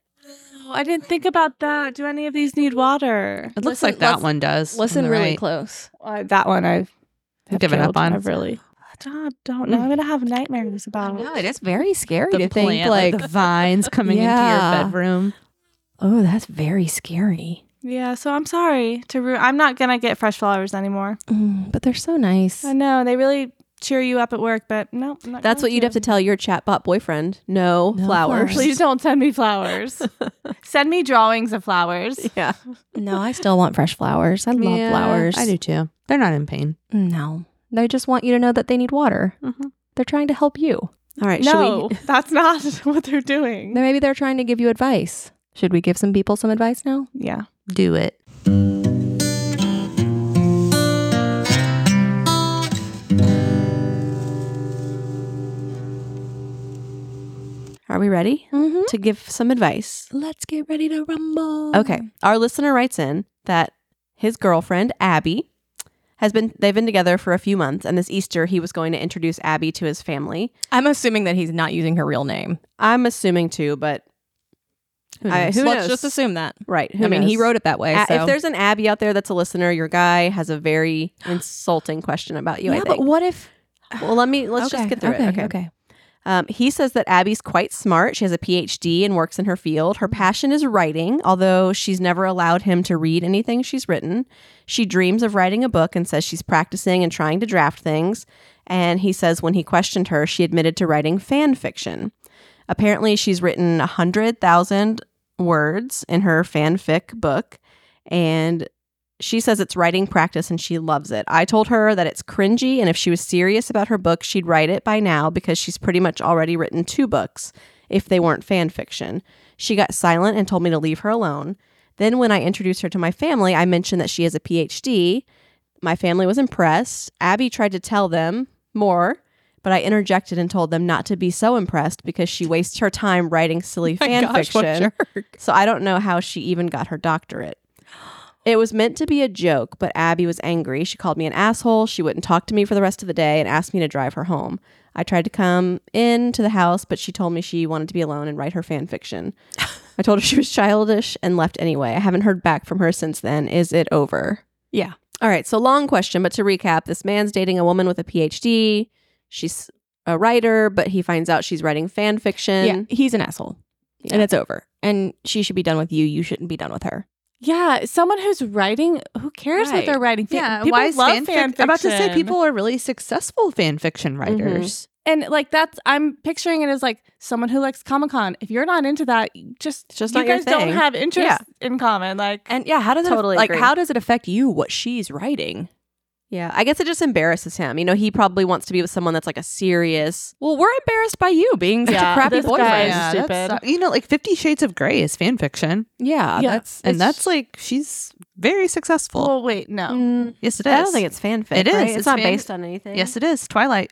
Speaker 1: Oh, I didn't think about that. Do any of these need water?
Speaker 3: It looks
Speaker 2: Listen,
Speaker 3: like that
Speaker 2: let's-
Speaker 3: one does. on
Speaker 2: listen
Speaker 3: the
Speaker 2: really
Speaker 3: right.
Speaker 2: close.
Speaker 1: Uh, that one I've, I've
Speaker 3: Given up
Speaker 1: killed.
Speaker 3: on.
Speaker 1: I've really. Stop! Don't. Now I'm gonna have nightmares about it.
Speaker 2: it is very scary
Speaker 3: the plant, like, the vines coming
Speaker 2: Yeah.
Speaker 3: into your bedroom.
Speaker 2: Oh, that's very scary.
Speaker 1: Yeah, so I'm sorry to ruin. I'm not gonna get fresh flowers anymore.
Speaker 2: Mm, but they're so nice.
Speaker 1: I know they really cheer you up at work, but no, I'm not
Speaker 4: That's
Speaker 1: going
Speaker 4: what you'd have to tell your chatbot boyfriend. No, flowers.
Speaker 2: No flowers.
Speaker 1: Please don't send me flowers. send me drawings of flowers.
Speaker 4: Yeah.
Speaker 2: No, I still want fresh flowers. I love
Speaker 3: Yeah,
Speaker 2: flowers.
Speaker 3: I do too. They're not in pain.
Speaker 2: No, they just want you to know that they need water.
Speaker 3: Mhm.
Speaker 2: They're trying to help you.
Speaker 4: All right. Should
Speaker 1: No,
Speaker 4: we?
Speaker 1: that's not what they're doing.
Speaker 2: Then maybe they're trying to give you advice. Should we give some people some advice now?
Speaker 1: yeah.
Speaker 3: Do it.
Speaker 4: Are we ready
Speaker 2: Mm-hmm.
Speaker 4: to give some advice?
Speaker 2: Let's get ready to rumble.
Speaker 4: Okay. Our listener writes in that his girlfriend, Abby, has been, they've been together for a few months. And this Easter, he was going to introduce Abby to his family.
Speaker 2: I'm assuming that he's not using her real name.
Speaker 4: I'm assuming too, but
Speaker 2: Who
Speaker 4: I-
Speaker 2: knows? Uh,
Speaker 4: who
Speaker 2: Let's
Speaker 4: knows?
Speaker 2: just assume that.
Speaker 4: right. who
Speaker 2: I mean, he
Speaker 4: knows?
Speaker 2: wrote it that way.
Speaker 4: A-
Speaker 2: so.
Speaker 4: If there's an Abby out there that's a listener, your guy has a very insulting question about you. I
Speaker 2: yeah, but
Speaker 4: think.
Speaker 2: what if?
Speaker 4: well, let me let's just get through
Speaker 2: okay,
Speaker 4: it. Okay.
Speaker 2: okay.
Speaker 4: Um, he says that Abby's quite smart. She has a PhD and works in her field. Her passion is writing, although she's never allowed him to read anything she's written. She dreams of writing a book and says she's practicing and trying to draft things. And he says when he questioned her, she admitted to writing fan fiction. Apparently, she's written 100,000 words in her fanfic book. And she says it's writing practice and she loves it. I told her that it's cringy, and if she was serious about her book, she'd write it by now because she's pretty much already written two books if they weren't fan fiction. She got silent and told me to leave her alone. Then, when I introduced her to my family, I mentioned that she has a PhD. My family was impressed. Abby tried to tell them more, but I interjected and told them not to be so impressed because she wastes her time writing silly fan fiction. So I don't know how she even got her doctorate. It was meant to be a joke, but Abby was angry. She called me an asshole. She wouldn't talk to me for the rest of the day and asked me to drive her home. I tried to come in to the house, but she told me she wanted to be alone and write her fan fiction. I told her she was childish and left anyway. I haven't heard back from her since then. Is it over?
Speaker 2: Yeah.
Speaker 4: All right, so long question, but to recap, this man's dating a woman with a PhD. She's a writer, but he finds out she's writing fan fiction.
Speaker 2: yeah, he's an asshole, and it's over. And she should be done with you. You shouldn't be done with her.
Speaker 1: Yeah, someone who's writing, who cares what
Speaker 3: Right.
Speaker 1: they're writing? Fa-
Speaker 3: Yeah,
Speaker 1: people
Speaker 3: why is
Speaker 1: love
Speaker 3: fan fic-
Speaker 1: fan fiction.
Speaker 3: I'm about to say people are really successful fan fiction writers.
Speaker 1: and like that's. I'm picturing it as like someone who likes Comic Con. If you're not into that, you just
Speaker 4: It's just
Speaker 1: you
Speaker 4: not your
Speaker 1: guys
Speaker 4: thing.
Speaker 1: don't have interest in common. Like,
Speaker 2: And yeah, how does it
Speaker 4: Totally
Speaker 2: like
Speaker 4: agree.
Speaker 2: how does it affect you what she's writing?
Speaker 4: Yeah, I guess it just embarrasses him. You know, he probably wants to be with someone that's like a serious.
Speaker 2: Well, we're embarrassed by you being such
Speaker 1: Yeah,
Speaker 2: a crappy
Speaker 1: this guy
Speaker 2: boyfriend.
Speaker 1: is
Speaker 2: Yeah,
Speaker 1: stupid.
Speaker 3: that's not- you know, like Fifty Shades of Grey is fan fiction,
Speaker 1: Yeah.
Speaker 2: that's
Speaker 3: and
Speaker 2: it's-
Speaker 3: that's like she's very successful.
Speaker 1: well, wait, no.
Speaker 3: yes, it is.
Speaker 4: I don't think it's fanfic.
Speaker 3: It is.
Speaker 4: right? It's,
Speaker 3: It's
Speaker 4: not
Speaker 3: fan-
Speaker 4: based on anything.
Speaker 3: yes, it is. Twilight.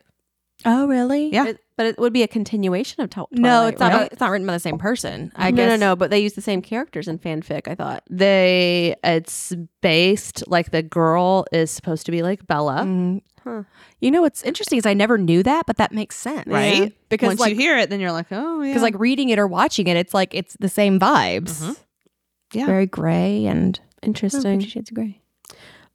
Speaker 2: oh really?
Speaker 3: Yeah.
Speaker 4: It- but it would be a continuation of Tw- Twilight.
Speaker 2: No, it's not.
Speaker 4: right?
Speaker 2: by- It's not written by the same person. I
Speaker 4: no,
Speaker 2: guess.
Speaker 4: no, no. But they use the same characters in fanfic. I thought.
Speaker 3: They it's based like the girl is supposed to be like Bella.
Speaker 2: Mm.
Speaker 4: Huh.
Speaker 2: You know what's interesting is I never knew that, but that makes sense,
Speaker 3: Right?
Speaker 2: Yeah. Because
Speaker 3: Once
Speaker 2: like,
Speaker 3: you hear it, then you're like, oh yeah.
Speaker 2: because like reading it or watching it, it's like it's the same vibes.
Speaker 3: Mhm. Yeah.
Speaker 2: very gray and
Speaker 4: Interesting.
Speaker 2: Shades of gray.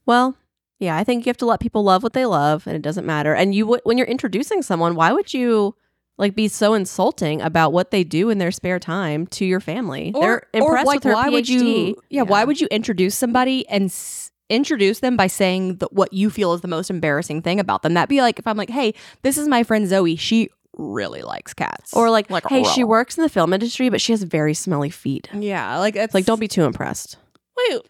Speaker 4: Well, yeah, I think you have to let people love what they love, and it doesn't matter. And you, would when you're introducing someone, why would you like be so insulting about what they do in their spare time to your family? They're impressed with her
Speaker 2: why
Speaker 4: PhD.
Speaker 2: would you? Yeah, why would you introduce somebody and s- introduce them by saying that what you feel is the most embarrassing thing about them? That'd be like if I'm like, hey, this is my friend Zoe. She really likes cats.
Speaker 4: Or like, like hey, she
Speaker 2: raw.
Speaker 4: works in the film industry, but she has very smelly feet.
Speaker 2: yeah, like it's
Speaker 4: Like, don't be too impressed.
Speaker 1: Wait,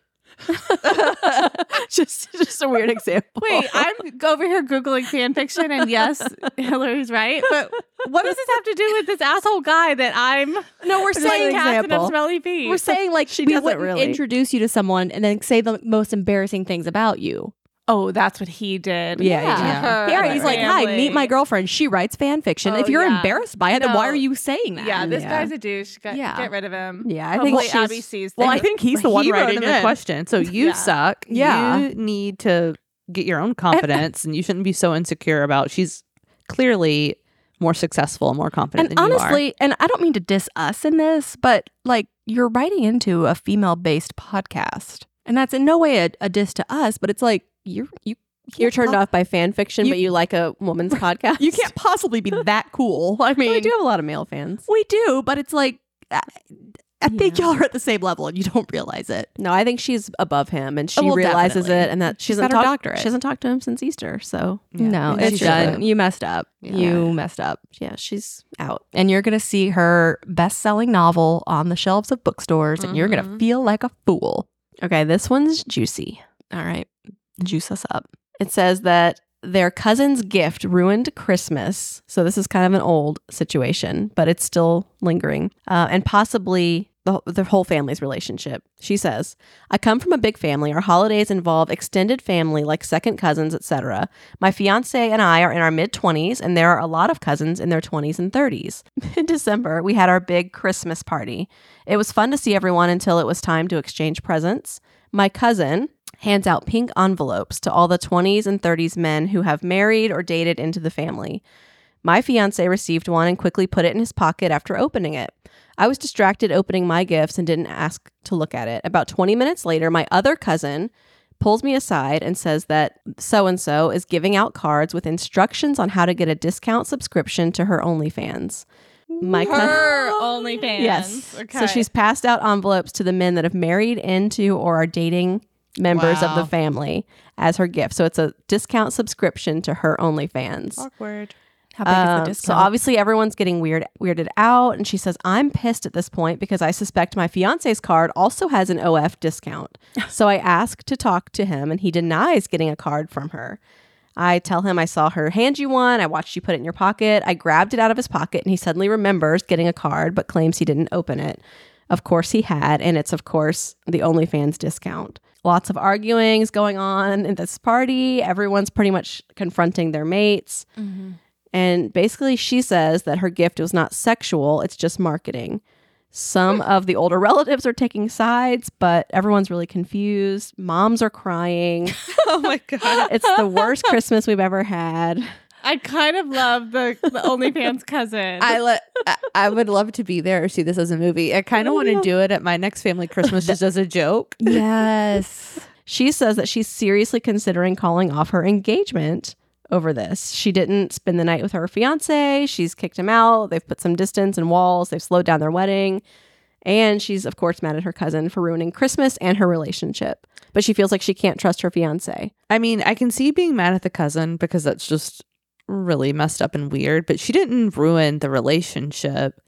Speaker 4: just, just a weird example.
Speaker 1: wait. I'm over here googling fan fiction, and yes, Hillary's right. But what does this have to do with this asshole guy that I'm
Speaker 2: No, we're
Speaker 1: just like
Speaker 2: saying
Speaker 1: cats and have
Speaker 4: example.
Speaker 1: smelly feet?
Speaker 2: we're saying like she we
Speaker 4: doesn't
Speaker 2: wouldn't
Speaker 4: really.
Speaker 2: introduce you to someone and then say the most embarrassing things about you.
Speaker 1: oh, that's what he did.
Speaker 4: Yeah,
Speaker 1: To
Speaker 2: yeah.
Speaker 1: her
Speaker 2: Yeah,
Speaker 1: and
Speaker 2: he's
Speaker 1: her
Speaker 2: like, hi, meet my
Speaker 1: family.
Speaker 2: girlfriend. She writes fan fiction.
Speaker 1: Oh,
Speaker 2: if you're
Speaker 1: yeah.
Speaker 2: embarrassed by it, then why
Speaker 1: No.
Speaker 2: are you saying that?
Speaker 1: Yeah, this
Speaker 4: Yeah.
Speaker 1: guy's a douche. Get,
Speaker 2: Yeah.
Speaker 1: get rid of him.
Speaker 4: Yeah, I think
Speaker 1: Hopefully
Speaker 4: she's-
Speaker 1: Abby sees.
Speaker 2: well, I
Speaker 1: this.
Speaker 2: think he's the one
Speaker 3: he wrote in
Speaker 2: writing in.
Speaker 3: the question. So you
Speaker 1: Yeah.
Speaker 3: suck.
Speaker 2: Yeah.
Speaker 3: You need to get your own confidence and you shouldn't be so insecure about she's clearly more successful and more confident
Speaker 2: and
Speaker 3: than you are.
Speaker 2: honestly and i don't mean to diss us in this but like you're writing into a female based podcast and that's in no way a, a diss to us but it's like you're you can't
Speaker 4: You're turned
Speaker 2: po-
Speaker 4: off by fan fiction,
Speaker 2: You-
Speaker 4: but you like a woman's podcast.
Speaker 2: you can't possibly be that cool i mean
Speaker 4: Well, we do have a lot of male fans.
Speaker 2: we do but it's like I,
Speaker 3: I think y'all are at the same level and you don't realize it.
Speaker 4: No, I think she's above him, and she
Speaker 3: well,
Speaker 4: realizes
Speaker 3: definitely.
Speaker 4: it, and that she
Speaker 3: She's
Speaker 4: hasn't
Speaker 3: got her
Speaker 4: talked-
Speaker 3: doctorate.
Speaker 4: She hasn't talked to him since Easter, so
Speaker 2: No,
Speaker 3: Yeah,
Speaker 2: it's
Speaker 3: she
Speaker 2: done.
Speaker 3: should.
Speaker 2: You messed up.
Speaker 3: Yeah.
Speaker 2: You messed up.
Speaker 4: yeah, she's out.
Speaker 2: And you're going to see her best selling novel on the shelves of bookstores, and you're going to
Speaker 3: Mhm.
Speaker 2: feel like a fool.
Speaker 4: Okay, this one's juicy.
Speaker 2: All right. Juice us up.
Speaker 4: It says that their cousin's gift ruined Christmas. So this is kind of an old situation, but it's still lingering uh, and possibly the, the whole family's relationship. She says, I come from a big family. Our holidays involve extended family like second cousins, etc. My fiance and I are in our mid 20s, and there are a lot of cousins in their 20s and 30s. In December, we had our big Christmas party. It was fun to see everyone until it was time to exchange presents. My cousin hands out pink envelopes to all the 20s and 30s men who have married or dated into the family. My fiance received one and quickly put it in his pocket after opening it. I was distracted opening my gifts and didn't ask to look at it. About 20 minutes later, my other cousin pulls me aside and says that so and so is giving out cards with instructions on how to get a discount subscription to her OnlyFans. My cousin.
Speaker 1: Her OnlyFans.
Speaker 4: Yes. So she's passed out envelopes to the men that have married into or are dating members of
Speaker 3: Wow.
Speaker 4: the family as her gift. So it's a discount subscription to her OnlyFans.
Speaker 1: awkward.
Speaker 2: How big is
Speaker 4: Um,
Speaker 2: the
Speaker 4: so
Speaker 2: discount?
Speaker 4: obviously everyone's getting weird weirded out and she says I'm pissed at this point because I suspect my fiance's card also has an OF discount. so I ask to talk to him and he denies getting a card from her. I tell him I saw her hand you one. I watched you put it in your pocket. I grabbed it out of his pocket and he suddenly remembers getting a card but claims he didn't open it. Of course he had, and it's of course the OnlyFans discount. Lots of arguings going on in this party. Everyone's pretty much confronting their mates. And basically, she says that her gift was not sexual, it's just
Speaker 3: Hmm.
Speaker 4: marketing. Some of the older relatives are taking sides, but everyone's really confused. Moms are crying.
Speaker 3: Oh my God.
Speaker 4: it's the worst Christmas we've ever had.
Speaker 1: I kind of love the, the OnlyFans cousin.
Speaker 3: I, le- I I would love to be there or see this as a movie. I kind of want to do it at my next family Christmas just as a joke.
Speaker 2: yes.
Speaker 4: She says that she's seriously considering calling off her engagement over this. She didn't spend the night with her fiance. She's kicked him out. They've put some distance and walls. They've slowed down their wedding. And she's, of course, mad at her cousin for ruining Christmas and her relationship. But she feels like she can't trust her fiance.
Speaker 3: I mean, I can see being mad at the cousin because that's just really messed up and weird, but she didn't ruin the relationship.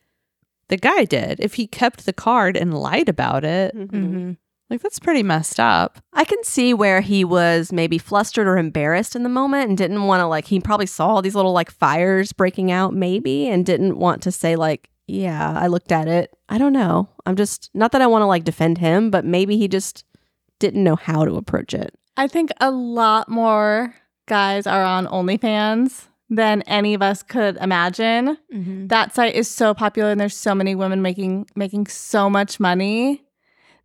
Speaker 3: The guy did. If he kept the card and lied about it,
Speaker 2: Mm-hmm.
Speaker 3: like that's pretty messed up.
Speaker 4: I can see where he was maybe flustered or embarrassed in the moment and didn't want to, like, he probably saw all these little, like, fires breaking out, maybe, and didn't want to say, like, yeah, I looked at it. I don't know. I'm just, not that I want to, like, defend him, but maybe he just didn't know how to approach it.
Speaker 1: I think a lot more guys are on OnlyFans than any of us could imagine.
Speaker 2: Mm-hmm.
Speaker 1: That site is so popular and there's so many women making making so much money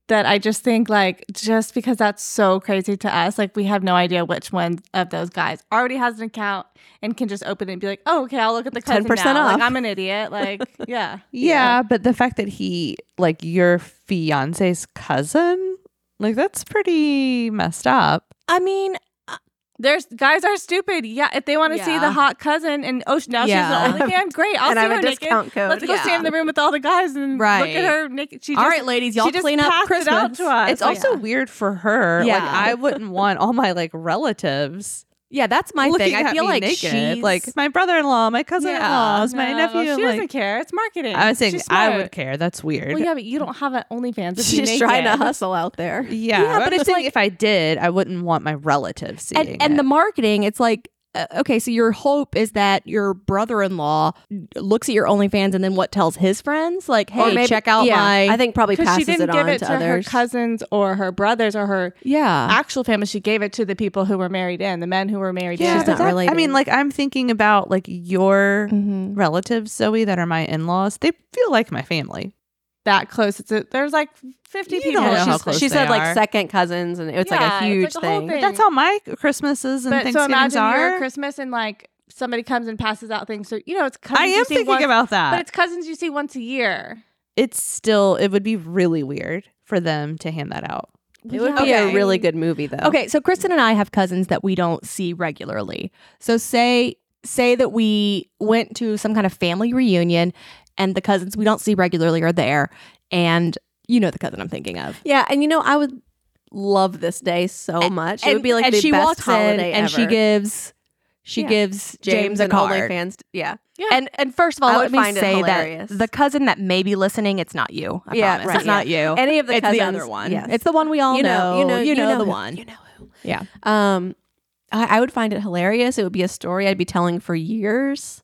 Speaker 1: that I just think like just because that's so crazy to us, like we have no idea which one of those guys already has an account and can just open it and be like, oh, okay, I'll look at the cousin
Speaker 4: 10%
Speaker 1: now.
Speaker 4: off.
Speaker 1: Like I'm an idiot. Like, yeah.
Speaker 3: Yeah, but the fact that he, like, your fiance's cousin, like, that's pretty messed up.
Speaker 2: I mean,
Speaker 1: There's guys are stupid. Yeah. If they want to see
Speaker 2: Yeah.
Speaker 1: the hot cousin and oh now
Speaker 2: Yeah.
Speaker 1: she's an OnlyFans, great. I'll
Speaker 4: and
Speaker 1: see
Speaker 4: I have
Speaker 1: her
Speaker 4: a
Speaker 1: naked.
Speaker 4: discount code.
Speaker 1: Let's go
Speaker 2: Yeah.
Speaker 1: stand in the room with all the guys and look
Speaker 2: Right.
Speaker 1: at her naked. She just,
Speaker 2: all right, ladies, y'all
Speaker 1: she just
Speaker 2: clean up
Speaker 1: passed it out
Speaker 2: Christmas.
Speaker 1: to us.
Speaker 3: It's also weird for her. Like,
Speaker 2: Yeah.
Speaker 3: I wouldn't want all my, like, relatives
Speaker 2: yeah, that's my
Speaker 3: looking
Speaker 2: thing. I
Speaker 3: at
Speaker 2: feel
Speaker 3: me
Speaker 2: like
Speaker 3: naked.
Speaker 2: she's
Speaker 3: like my brother-in-law, my cousin-in-law,
Speaker 1: No,
Speaker 3: my nephew.
Speaker 1: She
Speaker 3: like,
Speaker 1: doesn't care. It's marketing.
Speaker 3: I was saying
Speaker 1: She's
Speaker 3: I
Speaker 1: smart.
Speaker 3: would care. That's weird.
Speaker 1: Well, yeah, but you don't have an OnlyFans. If you
Speaker 4: She's
Speaker 1: make
Speaker 4: trying
Speaker 1: it.
Speaker 4: to hustle out there.
Speaker 3: Yeah,
Speaker 2: Yeah,
Speaker 3: but,
Speaker 2: but
Speaker 3: I'm
Speaker 2: it's
Speaker 3: just saying
Speaker 2: like-
Speaker 3: if I did, I wouldn't want my relatives seeing
Speaker 2: and, and the
Speaker 3: it.
Speaker 2: marketing it's like uh, okay so your hope is that your brother-in-law looks at your onlyfans and then what tells his friends like
Speaker 4: Or
Speaker 2: hey
Speaker 4: maybe-
Speaker 2: check out
Speaker 4: yeah,
Speaker 2: my
Speaker 4: I think probably
Speaker 1: Because
Speaker 4: passes
Speaker 1: she didn't
Speaker 4: it
Speaker 1: give
Speaker 4: on
Speaker 1: it
Speaker 4: to,
Speaker 1: to, her
Speaker 4: others.
Speaker 1: cousins or her brothers or her
Speaker 2: yeah
Speaker 1: actual family. She gave it to the people who were married in, the men who were married
Speaker 3: yeah,
Speaker 1: in.
Speaker 2: she's
Speaker 3: but
Speaker 2: not
Speaker 3: that- Mm. I
Speaker 2: related.
Speaker 3: mean, like I'm thinking about like your
Speaker 2: Mhm.
Speaker 3: relatives, Zoe, that are my in-laws. They feel like my family.
Speaker 1: that close. It's a, there's like 50
Speaker 3: You don't
Speaker 4: Oh,
Speaker 1: people.
Speaker 3: know
Speaker 1: She's-
Speaker 3: how close
Speaker 4: she
Speaker 3: they
Speaker 4: said
Speaker 3: are.
Speaker 4: like second cousins, and it's
Speaker 1: Yeah,
Speaker 4: like
Speaker 1: it's
Speaker 4: a
Speaker 1: like
Speaker 4: huge
Speaker 1: the whole
Speaker 4: thing.
Speaker 1: thing.
Speaker 3: That's how my Christmases and
Speaker 1: but so
Speaker 3: Thanksgivings
Speaker 1: imagine
Speaker 3: are.
Speaker 1: you're at Christmas and like somebody comes and passes out things. So you know it's cousins.
Speaker 3: I
Speaker 1: you
Speaker 3: am
Speaker 1: see
Speaker 3: thinking
Speaker 1: once-
Speaker 3: about that.
Speaker 1: but it's cousins you see once a year.
Speaker 3: it's still it would be really weird for them to hand that out.
Speaker 4: It would be
Speaker 1: Okay.
Speaker 4: a really good movie, though.
Speaker 2: okay so kristen and i have cousins that we don't see regularly so say say that we went to some kind of family reunion and the cousins we don't see regularly are there And you know the cousin I'm thinking of.
Speaker 4: Yeah, and you know I would love this day so much. it would be like
Speaker 2: and
Speaker 4: the
Speaker 2: she
Speaker 4: best
Speaker 2: walks
Speaker 4: holiday
Speaker 2: in and she
Speaker 4: ever.
Speaker 2: gives she
Speaker 4: Yeah.
Speaker 2: gives James, a
Speaker 4: and all their
Speaker 2: card.
Speaker 4: fans. Yeah,
Speaker 2: And and first of all,
Speaker 4: I
Speaker 2: let
Speaker 4: would
Speaker 2: me
Speaker 4: find it
Speaker 2: say
Speaker 4: hilarious.
Speaker 2: that the cousin that may be listening, it's not you. I
Speaker 4: Yeah,
Speaker 2: promise.
Speaker 4: right,
Speaker 2: it's not you.
Speaker 4: any of the
Speaker 2: it's
Speaker 4: cousins.
Speaker 2: the other one.
Speaker 4: Yes.
Speaker 2: It's the one we all know. you know,
Speaker 4: who-
Speaker 2: the one.
Speaker 4: You know who.
Speaker 2: Yeah.
Speaker 4: Um, I, I would find it hilarious. It would be a story I'd be telling for years.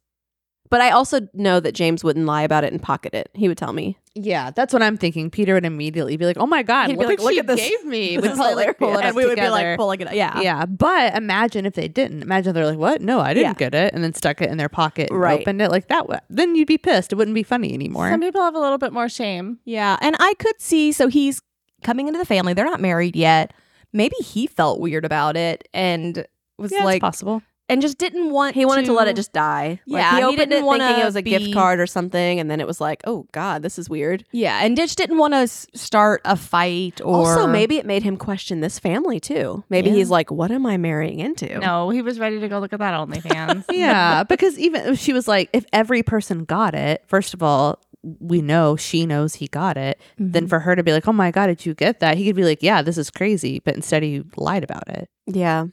Speaker 4: But I also know that James wouldn't lie about it and pocket it. He would tell me.
Speaker 3: Yeah, that's what I'm thinking. Peter would immediately be like, "Oh my god,
Speaker 4: He'd be
Speaker 3: look
Speaker 4: like,
Speaker 3: what
Speaker 4: look
Speaker 3: she
Speaker 4: at this.
Speaker 3: gave me."
Speaker 4: This
Speaker 3: We'd
Speaker 4: is
Speaker 3: probably like pull it
Speaker 4: hilarious.
Speaker 3: up
Speaker 4: And we would be
Speaker 3: together.
Speaker 4: like pulling it up. Yeah.
Speaker 3: yeah. But imagine if they didn't. Imagine if they're like, "What? No, I didn't
Speaker 4: Yeah.
Speaker 3: get it," and then stuck it in their pocket and
Speaker 4: Right.
Speaker 3: opened it like that. wa- Then you'd be pissed. It wouldn't be funny anymore.
Speaker 1: Some people have a little bit more shame.
Speaker 2: Yeah. And I could see, so he's coming into the family. They're not married yet. Maybe he felt weird about it and was
Speaker 3: yeah, it's
Speaker 2: like,
Speaker 3: possible.
Speaker 2: and just didn't want
Speaker 4: He wanted to, let it just die. Like,
Speaker 2: Yeah,
Speaker 4: he
Speaker 2: he
Speaker 4: opened
Speaker 2: didn't
Speaker 4: it thinking it
Speaker 2: wanna
Speaker 4: was a
Speaker 2: be-
Speaker 4: gift card or something, and then it was like, oh god, this is weird.
Speaker 2: Yeah. And just didn't want to start a fight or.
Speaker 4: also, maybe it made him question this family too. Maybe
Speaker 2: Yeah.
Speaker 4: he's like, what am I marrying into?
Speaker 1: No, he was ready to go look at that OnlyFans.
Speaker 3: Yeah, because even if she was like, if every person got it, first of all, we know she knows he got it.
Speaker 4: Mm-hmm.
Speaker 3: Then for her to be like, "Oh my god, did you get that?" He could be like, "Yeah, this is crazy," but instead he lied about it.
Speaker 4: Yeah.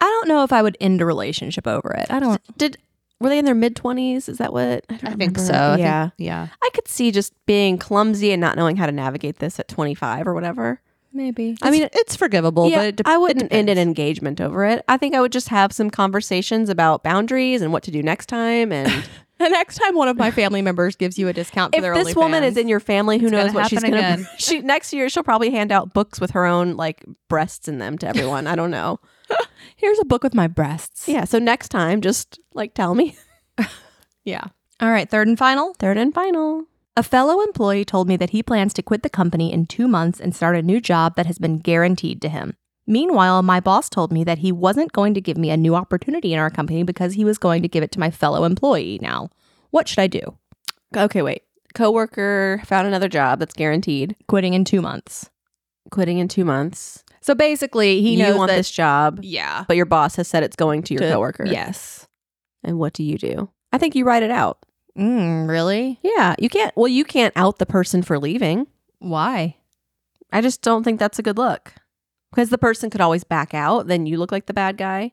Speaker 2: I don't know if I would end a relationship over it. I don't.
Speaker 4: Did were they in their mid twenties? Is that what don't
Speaker 3: I think
Speaker 4: remember.
Speaker 3: so. I think-
Speaker 4: yeah.
Speaker 3: yeah.
Speaker 4: I could see just being clumsy and not knowing how to navigate this at 25 or whatever.
Speaker 2: Maybe.
Speaker 3: I mean, it's forgivable, but it de-
Speaker 4: I wouldn't end an
Speaker 3: depends.
Speaker 4: engagement over it. I think I would just have some conversations about boundaries and what to do next time. And
Speaker 2: The next time one of my family members gives you a discount for
Speaker 4: if
Speaker 2: their
Speaker 4: this woman is in your family, who knows
Speaker 3: gonna
Speaker 4: what she's
Speaker 3: happen
Speaker 4: going to?
Speaker 3: again.
Speaker 4: She next year she'll probably hand out books with her own like breasts in them to everyone. I don't know.
Speaker 2: here's a book with my breasts.
Speaker 4: Yeah. So next time, just like tell me.
Speaker 2: Yeah. All right. Third and final.
Speaker 4: Third and final.
Speaker 2: A fellow employee told me that he plans to quit the company in two months and start a new job that has been guaranteed to him. Meanwhile, my boss told me that he wasn't going to give me a new opportunity in our company because he was going to give it to my fellow employee now. What should I do?
Speaker 4: Okay, wait. Coworker found another job that's guaranteed.
Speaker 2: Quitting in two months.
Speaker 4: Quitting in two months.
Speaker 2: So basically, he
Speaker 4: you
Speaker 2: knows
Speaker 4: want
Speaker 2: that,
Speaker 4: this job,
Speaker 2: Yeah.
Speaker 4: but your boss has said it's going to your
Speaker 2: To-
Speaker 4: coworker.
Speaker 2: Yes.
Speaker 4: And what do you do? I think you write it out.
Speaker 2: Mm, really?
Speaker 4: Yeah, you can't. Well, you can't out the person for leaving.
Speaker 2: Why?
Speaker 4: I just don't think that's a good look because the person could always back out. Then you look like the bad guy.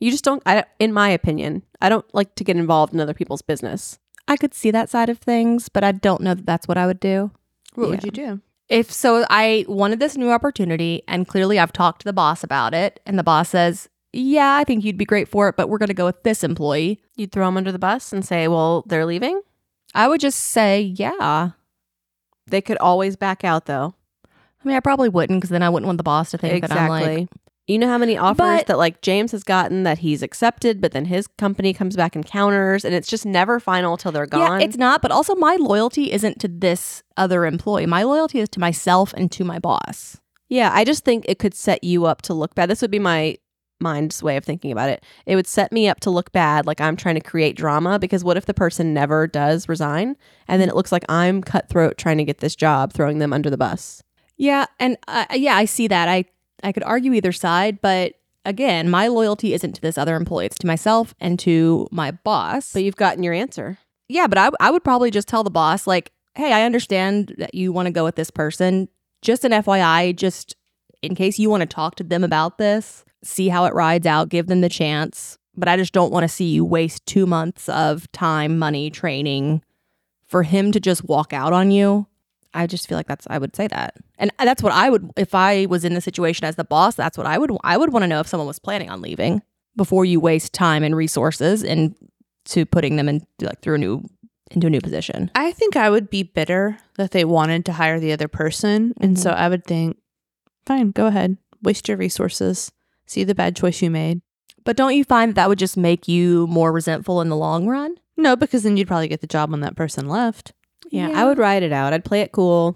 Speaker 4: You just don't. I, in my opinion, I don't like to get involved in other people's business.
Speaker 2: I could see that side of things, but I don't know that that's what I would do.
Speaker 3: What would you do?
Speaker 2: if so i wanted this new opportunity and clearly i've talked to the boss about it and the boss says yeah i think you'd be great for it but we're going to go with this employee
Speaker 4: You'd throw them under the bus and say, "Well, they're leaving."
Speaker 2: i would just say yeah
Speaker 4: They could always back out, though.
Speaker 2: i mean i probably wouldn't because then i wouldn't want the boss to think that i'm like
Speaker 4: you know how many offers
Speaker 2: But-
Speaker 4: that like James has gotten that he's accepted, but then his company comes back and counters, and it's just never final till they're gone.
Speaker 2: yeah it's not but also my loyalty isn't to this other employee my loyalty is to myself and to my boss
Speaker 4: Yeah, I just think it could set you up to look bad. This would be my mind's way of thinking about it. It would set me up to look bad, like I'm trying to create drama, because what if the person never does resign? And then it looks like I'm cutthroat trying to get this job, throwing them under the bus.
Speaker 2: yeah and uh, yeah i see that i i could argue either side but again my loyalty isn't to this other employee it's to myself and to my boss
Speaker 4: But you've gotten your answer.
Speaker 2: yeah, but I, I would probably just tell the boss, like, hey, I understand that you want to go with this person. Just an FYI, just in case you want to talk to them about this, see how it rides out, give them the chance. But I just don't want to see you waste two months of time, money, training for him to just walk out on you. I just feel like that's I would say that. And that's what I would if I was in the situation as the boss, that's what I would I would want to know if someone was planning on leaving before you waste time and resources and to putting them in like through a new into a new position.
Speaker 3: I think I would be bitter that they wanted to hire the other person, and so
Speaker 4: Mm-hmm.
Speaker 3: I would think, fine, go ahead, waste your resources, see the bad choice you made.
Speaker 2: But don't you find that, that would just make you more resentful in the long run?
Speaker 3: No, because then you'd probably get the job when that person left.
Speaker 4: Yeah, I would ride it out. I'd play it cool,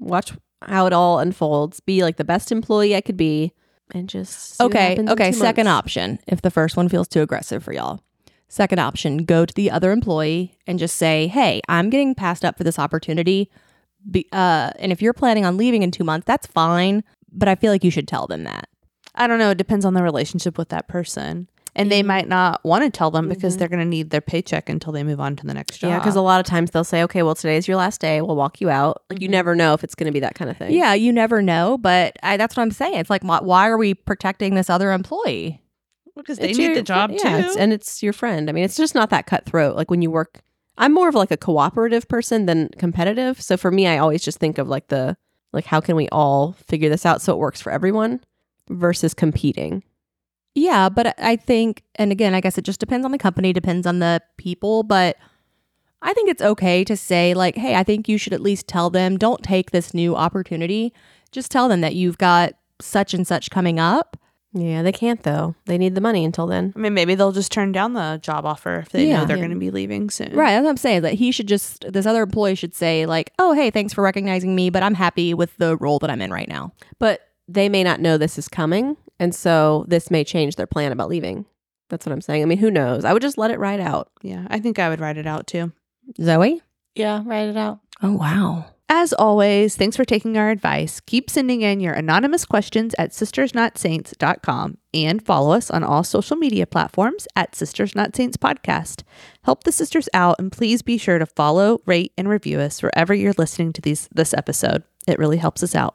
Speaker 4: watch how it all unfolds, be like the best employee I could be, and just see what
Speaker 2: okay,
Speaker 4: happens in
Speaker 2: okay.
Speaker 4: two
Speaker 2: Second
Speaker 4: months.
Speaker 2: option, if the first one feels too aggressive for y'all. Second option, go to the other employee and just say, "Hey, I'm getting passed up for this opportunity. Be, uh, and if you're planning on leaving in two months, that's fine. But I feel like you should tell them that."
Speaker 3: I don't know. It depends on the relationship with that person. and they might not want to tell them because they're going to need their paycheck until they move on to the next job.
Speaker 4: Yeah, because a lot of times they'll say, "Okay, well, today's your last day. We'll walk you out." Like you never know if it's going to be that kind of thing.
Speaker 2: Yeah, you never know, but I, that's what I'm saying. It's like, why- why are we protecting this other employee?
Speaker 1: because
Speaker 4: It's your- yeah, it's- and it's your friend. I mean, it's just not that cutthroat. Like when you work, I'm more of like a cooperative person than competitive. So for me, I always just think of like the like how can we all figure this out so it works for everyone versus competing.
Speaker 2: Yeah, but I- I think, and again, I guess it just depends on the company, depends on the people, but I think it's okay to say, like, hey, I think you should at least tell them, don't take this new opportunity. Just tell them that you've got such and such coming up.
Speaker 4: Yeah, they can't though. They need the money until then.
Speaker 3: I mean, maybe they'll just turn down the job offer if they
Speaker 2: Yeah.
Speaker 3: know they're going to be leaving soon.
Speaker 2: Right. That's what I'm saying. That he should just, this other employee should say, like, oh, hey, thanks for recognizing me, but I'm happy with the role that I'm in right now.
Speaker 4: But they may not know this is coming, and so this may change their plan about leaving. That's what I'm saying. I mean, who knows? I would just let it ride out.
Speaker 3: Yeah, I think I would write it out too.
Speaker 2: Zoe?
Speaker 1: yeah, write it out.
Speaker 2: Oh, wow.
Speaker 3: As always, thanks for taking our advice. Keep sending in your anonymous questions at sistersnotsaints.com and follow us on all social media platforms at Sisters Not Saints Podcast. Help the sisters out and please be sure to follow, rate, and review us wherever you're listening to these this episode. It really helps us out.